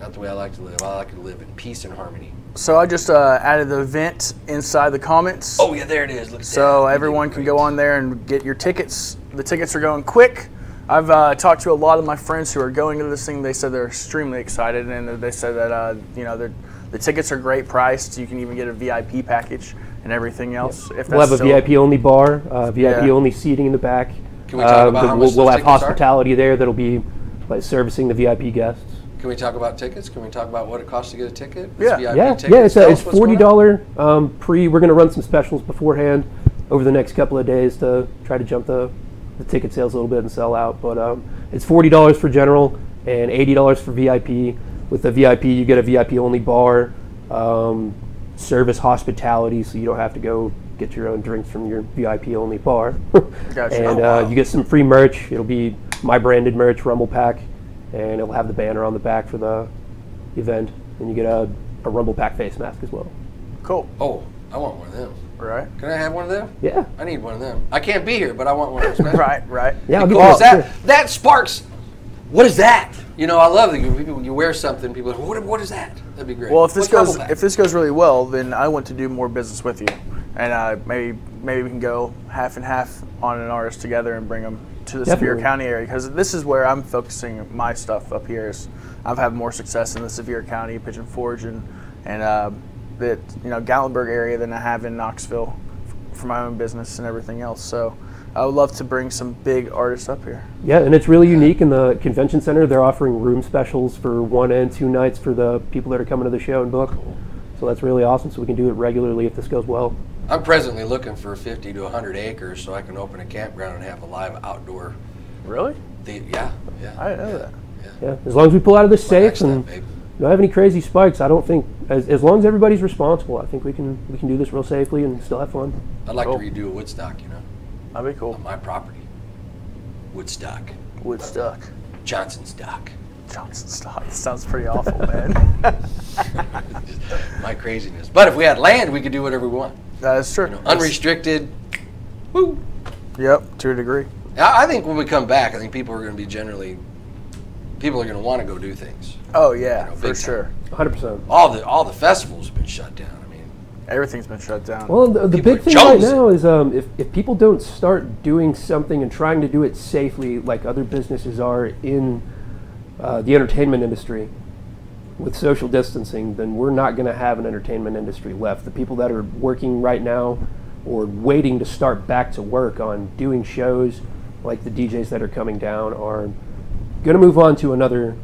[SPEAKER 1] Not the way I like to live. I like to live in peace and harmony.
[SPEAKER 2] So I just uh, added the event inside the comments.
[SPEAKER 1] Oh yeah, there it is. Look at that.
[SPEAKER 2] So
[SPEAKER 1] You did
[SPEAKER 2] everyone can
[SPEAKER 1] great.
[SPEAKER 2] go on there and get your tickets. The tickets are going quick. I've uh, talked to a lot of my friends who are going to this thing. They said they're extremely excited, and they said that uh, you know they're- the tickets are great priced. You can even get a VIP package and everything else. If
[SPEAKER 8] We'll have a
[SPEAKER 2] still-
[SPEAKER 8] VIP only bar, uh, VIP
[SPEAKER 2] Yeah.
[SPEAKER 8] only seating in the back. Um,
[SPEAKER 1] Can we talk about
[SPEAKER 8] the-
[SPEAKER 1] how much
[SPEAKER 8] we'll, we'll
[SPEAKER 1] those
[SPEAKER 8] have
[SPEAKER 1] tickets are?
[SPEAKER 8] hospitality there that'll be like servicing the VIP guests.
[SPEAKER 1] Can we talk about tickets? Can we talk about what it costs to get a ticket? It's
[SPEAKER 2] Yeah.
[SPEAKER 1] VIP
[SPEAKER 8] Yeah,
[SPEAKER 1] tickets.
[SPEAKER 8] yeah. It's, a,
[SPEAKER 1] Tell
[SPEAKER 8] it's
[SPEAKER 1] us what's going
[SPEAKER 8] forty
[SPEAKER 1] on.
[SPEAKER 8] dollar um, pre. We're gonna run some specials beforehand over the next couple of days to try to jump the, the ticket sales a little bit and sell out. But um, it's forty dollars for general and eighty dollars for VIP. With the VIP, you get a VIP only bar, um, service hospitality, so you don't have to go get your own drinks from your VIP only bar.
[SPEAKER 2] Gotcha.
[SPEAKER 8] And
[SPEAKER 2] Oh,
[SPEAKER 8] uh, you get some free merch. It'll be my branded merch, Rumble Pack, and it'll have the banner on the back for the event. And you get a, a Rumble Pack face mask as well.
[SPEAKER 2] Cool.
[SPEAKER 1] Oh, I want one of them.
[SPEAKER 2] Right.
[SPEAKER 1] Can I have one of them?
[SPEAKER 8] Yeah.
[SPEAKER 1] I need one of them. I can't be here, but I want one of those. man.
[SPEAKER 2] Right. Right.
[SPEAKER 8] Yeah,
[SPEAKER 1] Because Oh, that that sparks. What is that? You know, I love that you, people- you wear something. People, are like, what, what is that? That'd be great.
[SPEAKER 2] Well, if this
[SPEAKER 1] What's
[SPEAKER 2] goes
[SPEAKER 1] Rumbleback?
[SPEAKER 2] if this goes really well, then I want to do more business with you, and uh, maybe maybe we can go half and half on an artist together and bring them to the Sevier
[SPEAKER 8] Definitely.
[SPEAKER 2] County area because this is where I'm focusing my stuff up here. Is I've had more success in the Sevier County, Pigeon Forge, and and uh, that you know Gallenberg area than I have in Knoxville f- for my own business and everything else. So I would love to bring some big artists up here.
[SPEAKER 8] Yeah, and it's really unique in the convention center. They're offering room specials for one and two nights for the people that are coming to the show and book. So that's really awesome. So we can do it regularly if this goes well.
[SPEAKER 1] I'm presently looking for 50 to 100 acres so I can open a campground and have a live outdoor.
[SPEAKER 2] Really?
[SPEAKER 1] The, yeah, yeah.
[SPEAKER 2] I didn't know that.
[SPEAKER 8] Yeah, as long as we pull out of this safe
[SPEAKER 1] Next
[SPEAKER 8] and
[SPEAKER 1] time, babe.
[SPEAKER 8] don't have any crazy spikes, I don't think as, as long as everybody's responsible, I think we can we can do this real safely and still have fun.
[SPEAKER 1] I'd like
[SPEAKER 2] Cool.
[SPEAKER 1] to redo a Woodstock, you know,
[SPEAKER 2] That'd be cool.
[SPEAKER 1] on my property. Woodstock,
[SPEAKER 2] Woodstock,
[SPEAKER 1] Johnson's Dock.
[SPEAKER 2] Johnson Stock. Sounds pretty awful, man.
[SPEAKER 1] My craziness. But if we had land, we could do whatever we want.
[SPEAKER 2] that is true.
[SPEAKER 1] You know, unrestricted. Woo.
[SPEAKER 2] Yep, to a degree.
[SPEAKER 1] I I think when we come back, I think people are going to be generally, people are going to want to go do things.
[SPEAKER 2] Oh yeah,
[SPEAKER 1] know,
[SPEAKER 2] for
[SPEAKER 1] big
[SPEAKER 2] sure.
[SPEAKER 8] 100%.
[SPEAKER 1] All the all the festivals have been shut down. I mean,
[SPEAKER 2] Everything's been shut down.
[SPEAKER 8] Well, the, the
[SPEAKER 1] People
[SPEAKER 8] big
[SPEAKER 1] are
[SPEAKER 8] thing right
[SPEAKER 1] jonesing.
[SPEAKER 8] now is um, if, if people don't start doing something and trying to do it safely, like other businesses are in uh, the entertainment industry with social distancing, then we're not going to have an entertainment industry left. The people that are working right now or waiting to start back to work on doing shows, like the DJs that are coming down, are going to move on to another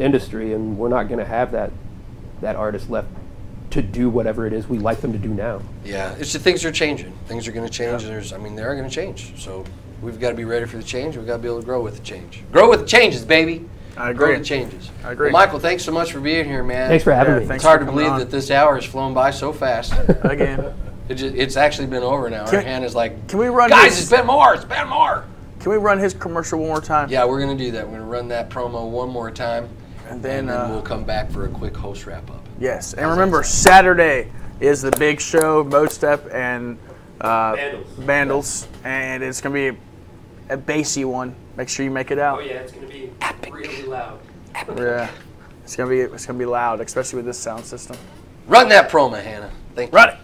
[SPEAKER 8] industry, and we're not going to have that that artist left to do whatever it is we like them to do now.
[SPEAKER 1] yeah, it's just things are changing. Things are going to change. There's, I mean, they are going to change. So we've got to be ready for the change. We've got to be able to grow with the change. Grow with the changes, baby.
[SPEAKER 2] I
[SPEAKER 1] Grow with
[SPEAKER 2] agree.
[SPEAKER 1] the changes.
[SPEAKER 2] I agree.
[SPEAKER 1] Well, Michael, thanks so much for being here, man.
[SPEAKER 8] Thanks for having
[SPEAKER 2] Yeah,
[SPEAKER 8] me.
[SPEAKER 1] It's
[SPEAKER 2] thanks.
[SPEAKER 1] hard to
[SPEAKER 2] for coming
[SPEAKER 1] believe
[SPEAKER 2] on.
[SPEAKER 1] that this hour has flown by so fast. it
[SPEAKER 2] Again,
[SPEAKER 1] just, it's actually been over an hour.
[SPEAKER 2] Can-
[SPEAKER 1] Hannah's like,
[SPEAKER 2] can we run
[SPEAKER 1] Guys,
[SPEAKER 2] this-
[SPEAKER 1] it's been more. It's been more.
[SPEAKER 2] can we run his commercial one more time?
[SPEAKER 1] Yeah, we're gonna do that. We're gonna run that promo one more time,
[SPEAKER 2] And
[SPEAKER 1] and
[SPEAKER 2] then
[SPEAKER 1] then
[SPEAKER 2] uh,
[SPEAKER 1] we'll come back for a quick host wrap up.
[SPEAKER 2] Yes, and remember Saturday is the big show, Mode Step and uh,
[SPEAKER 8] Vandals.
[SPEAKER 2] Vandals, and it's gonna be a, a bassy one. Make sure you make it out.
[SPEAKER 8] Oh yeah, it's gonna be really loud.
[SPEAKER 1] Oh,
[SPEAKER 2] Yeah. It's gonna be it's gonna be loud, especially with this sound system.
[SPEAKER 1] Run that promo, Hannah. Thank you.
[SPEAKER 2] Run it.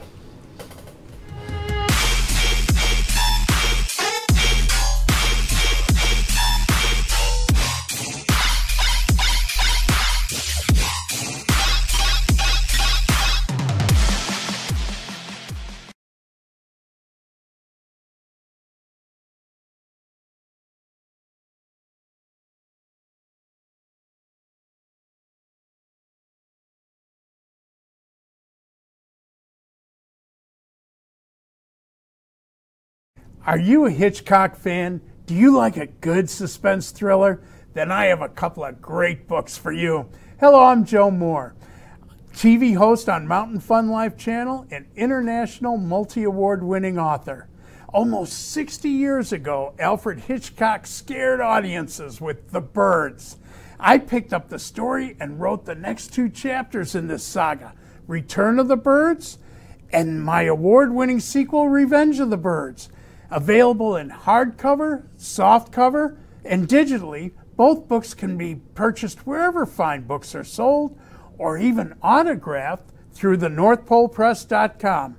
[SPEAKER 7] Are you a Hitchcock fan? Do you like a good suspense thriller? Then I have a couple of great books for you. Hello, I'm Joe Moore, TV host on Mountain Fun Life Channel and international multi award winning author. Almost 60 years ago, Alfred Hitchcock scared audiences with The Birds. I picked up the story and wrote the next two chapters in this saga Return of the Birds and my award winning sequel, Revenge of the Birds. Available in hardcover, softcover, and digitally, both books can be purchased wherever fine books are sold or even autographed through the NorthPolePress.com.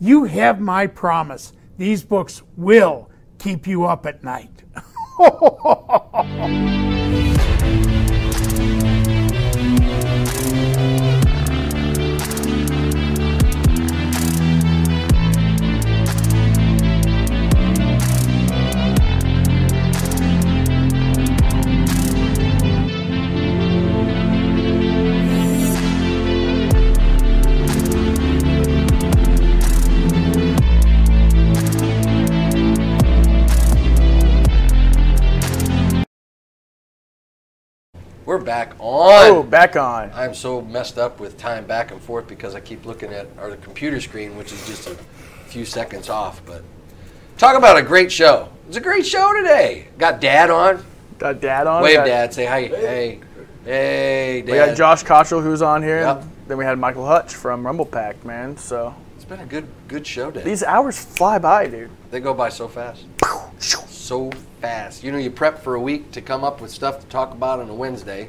[SPEAKER 7] You have my promise. These books will keep you up at night.
[SPEAKER 1] We're back on.
[SPEAKER 2] Oh, back on.
[SPEAKER 1] I'm so messed up with time back and forth because I keep looking at our computer screen, which is just a few seconds off. But talk about a great show. It's a great show today. Got Dad on.
[SPEAKER 2] Got Dad on.
[SPEAKER 1] Wave,
[SPEAKER 2] Got-
[SPEAKER 1] Dad. Say hi. Hey, hey, Dad.
[SPEAKER 2] We got Josh Cottrell who's on here.
[SPEAKER 1] Yep.
[SPEAKER 2] Then we had Michael Hutch from Rumble Pack, man. So
[SPEAKER 1] It's been a good, good show today.
[SPEAKER 2] these hours fly by, dude.
[SPEAKER 1] They go by so fast. So fast. You know, you prep for a week to come up with stuff to talk about on a Wednesday.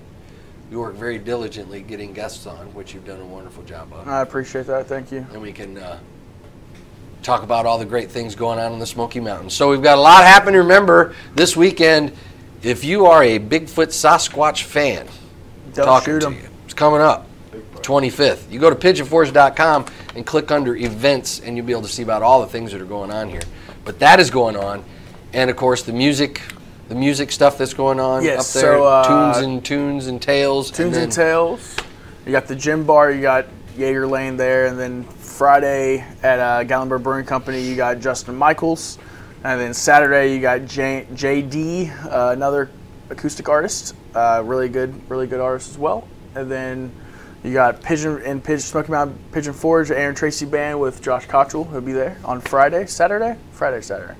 [SPEAKER 1] You work very diligently getting guests on, which you've done a wonderful job of.
[SPEAKER 2] I appreciate that. Thank you.
[SPEAKER 1] and we can uh, talk about all the great things going on in the Smoky Mountains. So we've got a lot happening. Remember, this weekend, if you are a Bigfoot Sasquatch fan,
[SPEAKER 2] Don't
[SPEAKER 1] talking
[SPEAKER 2] shoot
[SPEAKER 1] to
[SPEAKER 2] 'em.
[SPEAKER 1] you. It's coming up, 25th. You go to pigeonforge.com and click under events, and you'll be able to see about all the things that are going on here. But that is going on, and of course the music, the music stuff that's going on
[SPEAKER 2] Yes,
[SPEAKER 1] up there.
[SPEAKER 2] so, uh,
[SPEAKER 1] tunes and tunes and tales.
[SPEAKER 2] Tunes
[SPEAKER 1] then
[SPEAKER 2] and Tales. You got the gym bar. You got Jaeger Lane there, and then Friday at uh, Gallenberg Brewing Company, you got Justin Michaels, and then Saturday you got J- JD, uh, another acoustic artist, uh, really good, really good artist as well. And then you got Pigeon and Pigeon Smoky Mountain Pigeon Forge, Aaron Tracy band with Josh Cottrell, who'll be there on Friday, Saturday, Friday, Saturday,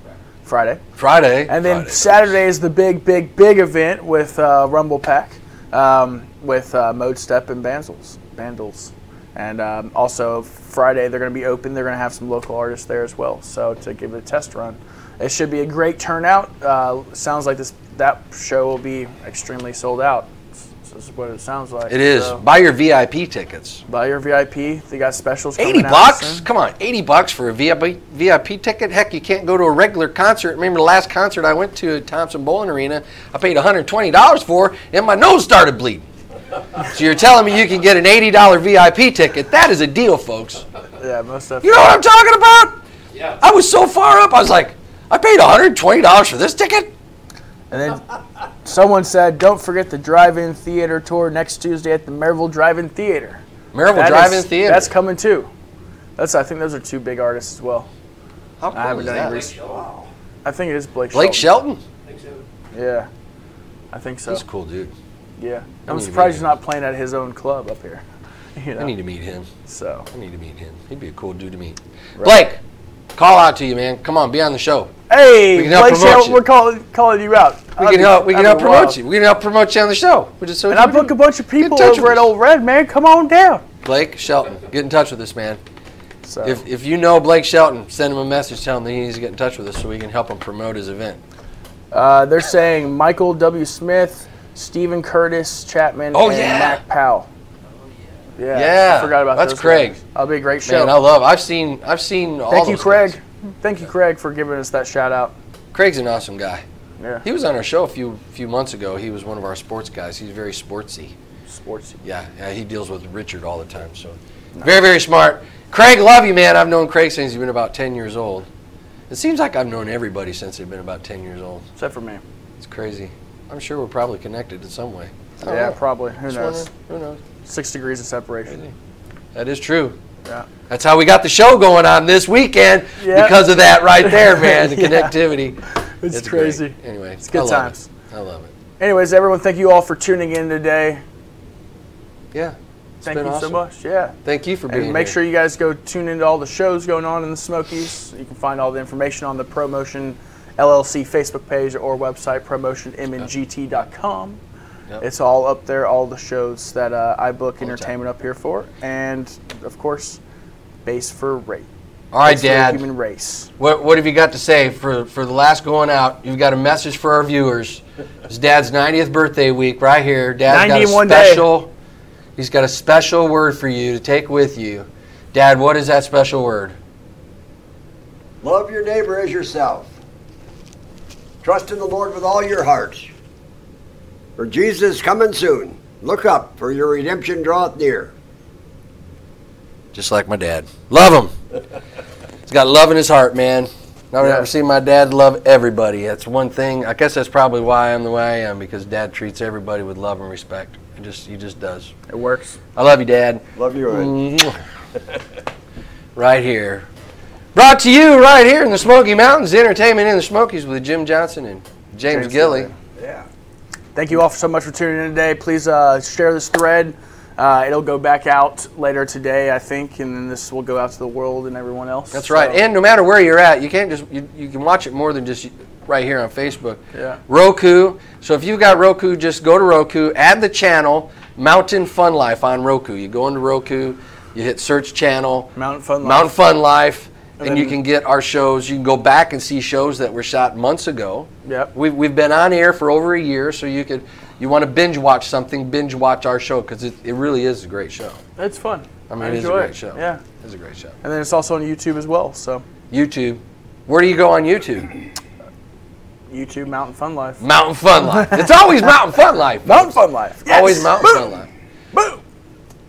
[SPEAKER 2] Friday.
[SPEAKER 1] Friday.
[SPEAKER 2] And then
[SPEAKER 1] Friday.
[SPEAKER 2] Saturday is the big, big, big event with uh, Rumble Pack, um, with uh, Mode Step and Bandles. Bandles. And um, also Friday they're going to be open. They're going to have some local artists there as well. So to give it a test run, it should be a great turnout. Uh, sounds like this that show will be extremely sold out. This is what it sounds like.
[SPEAKER 1] It is.
[SPEAKER 2] So,
[SPEAKER 1] Buy your VIP tickets.
[SPEAKER 2] buy your VIP. They got specials. coming
[SPEAKER 1] 80
[SPEAKER 2] out
[SPEAKER 1] bucks?
[SPEAKER 2] soon.
[SPEAKER 1] Come on, 80 bucks for a VIP, VIP ticket? Heck, you can't go to a regular concert. Remember the last concert I went to at Thompson Bowling Arena? I paid $120 for, and my nose started bleeding. so you're telling me you can get an $80 VIP ticket? That is a deal, folks.
[SPEAKER 2] Yeah, most of.
[SPEAKER 1] You know what I'm talking about? Yeah. I was so far up, I was like, I paid $120 for this ticket?
[SPEAKER 2] And then someone said, "Don't forget the drive-in theater tour next Tuesday at the Maryville Drive-in Theater."
[SPEAKER 1] Maryville
[SPEAKER 2] That
[SPEAKER 1] Drive-In
[SPEAKER 2] is-
[SPEAKER 1] Theater.
[SPEAKER 2] That's coming too. That's I think those are two big artists as well.
[SPEAKER 1] How cool
[SPEAKER 2] I haven't
[SPEAKER 1] is
[SPEAKER 2] done
[SPEAKER 1] that?
[SPEAKER 2] any research. I think it is Blake.
[SPEAKER 1] Blake Shelton?
[SPEAKER 2] Yeah, I think so.
[SPEAKER 1] He's a cool dude.
[SPEAKER 2] Yeah,
[SPEAKER 1] need
[SPEAKER 2] I'm
[SPEAKER 1] to meet
[SPEAKER 2] surprised he's
[SPEAKER 1] him.
[SPEAKER 2] not playing at his own club up here. You
[SPEAKER 1] I
[SPEAKER 2] know,
[SPEAKER 1] need to meet him.
[SPEAKER 2] so
[SPEAKER 1] I need to meet him. He'd be a cool dude to meet. Blake, call out to you, man. Come on, be on the show.
[SPEAKER 2] hey,
[SPEAKER 1] We can help
[SPEAKER 2] Blake
[SPEAKER 1] promote
[SPEAKER 2] Shelton,
[SPEAKER 1] you.
[SPEAKER 2] we're calling calling you out.
[SPEAKER 1] We can help. We can help promote you. We can help promote you on the show. Which is so.
[SPEAKER 2] And I book a bunch of people
[SPEAKER 1] touch
[SPEAKER 2] over
[SPEAKER 1] with
[SPEAKER 2] at
[SPEAKER 1] us.
[SPEAKER 2] Old Red, man. Come on down.
[SPEAKER 1] Blake Shelton, get in touch with this man.
[SPEAKER 2] So
[SPEAKER 1] If, if you know Blake Shelton, send him a message. Tell him that he needs to get in touch with us so we can help him promote his event.
[SPEAKER 2] uh, they're saying Michael W. Smith, Stephen Curtis Chapman,
[SPEAKER 1] Oh,
[SPEAKER 2] and
[SPEAKER 1] yeah.
[SPEAKER 2] Mac Powell. Yeah,
[SPEAKER 1] Yeah,
[SPEAKER 2] I forgot about
[SPEAKER 1] that's
[SPEAKER 2] those
[SPEAKER 1] Craig.
[SPEAKER 2] guys. That'll be a great show.
[SPEAKER 1] Man, I love. I've seen. I've seen. All
[SPEAKER 2] Thank you,
[SPEAKER 1] those
[SPEAKER 2] Craig.
[SPEAKER 1] guys.
[SPEAKER 2] Thank you, Craig, for giving us that shout out.
[SPEAKER 1] Craig's an awesome guy.
[SPEAKER 2] Yeah,
[SPEAKER 1] He was on our show a few few months ago. He was one of our sports guys. He's very sportsy.
[SPEAKER 2] sports.
[SPEAKER 1] Yeah, yeah, he deals with Richard all the time. So very, very smart. Craig, love you, man. I've known Craig since he's been about ten years old. It seems like I've known everybody since they've been about ten years old.
[SPEAKER 2] Except for me.
[SPEAKER 1] It's crazy. I'm sure we're probably connected in some way. I don't
[SPEAKER 2] Yeah,
[SPEAKER 1] know.
[SPEAKER 2] probably. Who
[SPEAKER 1] Oh, Just
[SPEAKER 2] knows?
[SPEAKER 1] wondering. Who knows?
[SPEAKER 2] Six degrees of separation.
[SPEAKER 1] That is true.
[SPEAKER 2] Yeah.
[SPEAKER 1] That's how we got the show going on this weekend
[SPEAKER 2] Yeah.
[SPEAKER 1] because of that right there, man. The
[SPEAKER 2] Yeah.
[SPEAKER 1] connectivity.
[SPEAKER 2] It's,
[SPEAKER 1] great.
[SPEAKER 2] crazy.
[SPEAKER 1] Anyway, it's
[SPEAKER 2] good times.
[SPEAKER 1] I love it.
[SPEAKER 2] Anyways, everyone, thank you all for tuning in today.
[SPEAKER 1] Yeah.
[SPEAKER 2] Thank
[SPEAKER 1] been
[SPEAKER 2] you so
[SPEAKER 1] awesome.
[SPEAKER 2] much. Yeah.
[SPEAKER 1] Thank you for being
[SPEAKER 2] And make
[SPEAKER 1] here.
[SPEAKER 2] sure you guys go tune into all the shows going on in the Smokies. You can find all the information on the Promotion LLC Facebook page or website, promotionmngt.com.
[SPEAKER 1] Yep.
[SPEAKER 2] It's all up there, all the shows that uh, I book
[SPEAKER 1] the time.
[SPEAKER 2] entertainment up here for. And, of course, Base for Rate.
[SPEAKER 1] All right,
[SPEAKER 2] for the
[SPEAKER 1] Dad.
[SPEAKER 2] Human Race.
[SPEAKER 1] What, what have you got to say for, for the last going out? You've got a message for our viewers. It's Dad's 90th birthday week right here. Dad's got a
[SPEAKER 2] 91 day.
[SPEAKER 1] special. He's got a special word for you to take with you. Dad, what is that special word?
[SPEAKER 3] Love your neighbor as yourself. Trust in the Lord with all your heart. For Jesus is coming soon. Look up, for your redemption draweth near.
[SPEAKER 1] Just like my dad. Love him. He's got love in his heart, man. I've
[SPEAKER 2] Yeah.
[SPEAKER 1] never seen my dad love everybody. That's one thing. I guess that's probably why I'm the way I am because Dad treats everybody with love and respect. He just he just does.
[SPEAKER 2] It works.
[SPEAKER 1] I love you, Dad.
[SPEAKER 3] Love you.
[SPEAKER 1] right here. Brought to you right here in the Smoky Mountains, Entertainment in the Smokies with Jim Johnson and James,
[SPEAKER 2] James
[SPEAKER 1] Gilly.
[SPEAKER 2] Gilly. Thank you all so much for tuning in today. Please uh, share this thread. Uh, it'll go back out later today, I think, and then this will go out to the world and everyone else.
[SPEAKER 1] That's right.
[SPEAKER 2] So-
[SPEAKER 1] And no matter where you're at, you can't just you, you can watch it more than just right here on Facebook.
[SPEAKER 2] Yeah.
[SPEAKER 1] Roku. So if you've got Roku, just go to Roku, add the channel Mountain Fun Life on Roku. You go into Roku, you hit search channel
[SPEAKER 2] Mountain Fun Life.
[SPEAKER 1] Mountain Fun Life. And, you
[SPEAKER 2] then-
[SPEAKER 1] can get our shows. You can go back and see shows that were shot months ago.
[SPEAKER 2] Yep.
[SPEAKER 1] We've, we've been on air for over a year, so you could, you want to binge watch something, binge watch our show because it, it really is a great show.
[SPEAKER 2] It's fun.
[SPEAKER 1] I mean, it is a
[SPEAKER 2] enjoy
[SPEAKER 1] great show.
[SPEAKER 2] Yeah.
[SPEAKER 1] It's a great show.
[SPEAKER 2] And then it's also on YouTube as well. So
[SPEAKER 1] YouTube. Where do you go on YouTube?
[SPEAKER 2] YouTube Mountain Fun Life.
[SPEAKER 1] Mountain Fun Life. It's always Mountain Fun Life.
[SPEAKER 2] Mountain Fun Life. Yes.
[SPEAKER 1] Always Mountain
[SPEAKER 2] Boom.
[SPEAKER 1] Fun Life.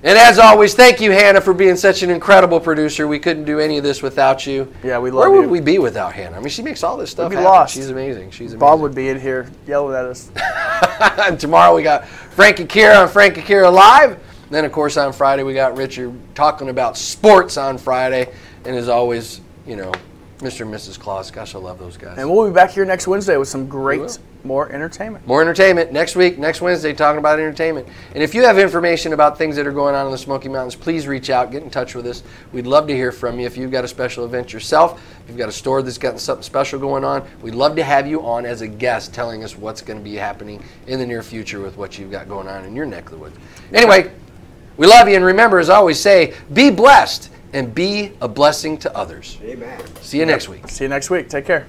[SPEAKER 1] And as always, thank you, Hannah, for being such an incredible producer. We couldn't do any of this without you.
[SPEAKER 2] Yeah, we
[SPEAKER 1] Where
[SPEAKER 2] love
[SPEAKER 1] would
[SPEAKER 2] you.
[SPEAKER 1] we be without Hannah? I mean, she makes all this stuff
[SPEAKER 2] be
[SPEAKER 1] happen.
[SPEAKER 2] lost.
[SPEAKER 1] She's amazing. She's amazing.
[SPEAKER 2] Bob would be in here yelling at us.
[SPEAKER 1] And tomorrow we got Frank Akira on Frank Akira Live. And then, of course, on Friday we got Richard talking about sports on Friday. And as always, you know, Mr. and Mrs. Claus. Gosh, I love those guys.
[SPEAKER 2] And we'll be back here next Wednesday with some
[SPEAKER 1] We
[SPEAKER 2] great,
[SPEAKER 1] will.
[SPEAKER 2] more entertainment.
[SPEAKER 1] More entertainment next week, next Wednesday, talking about entertainment. And if you have information about things that are going on in the Smoky Mountains, please reach out, get in touch with us. We'd love to hear from you. If you've got a special event yourself, if you've got a store that's got something special going on, we'd love to have you on as a guest telling us what's going to be happening in the near future with what you've got going on in your neck of the woods. Anyway, we love you. And remember, as I always say, be blessed and be a blessing to others.
[SPEAKER 3] Amen.
[SPEAKER 1] See you next week.
[SPEAKER 2] See you next week. Take care.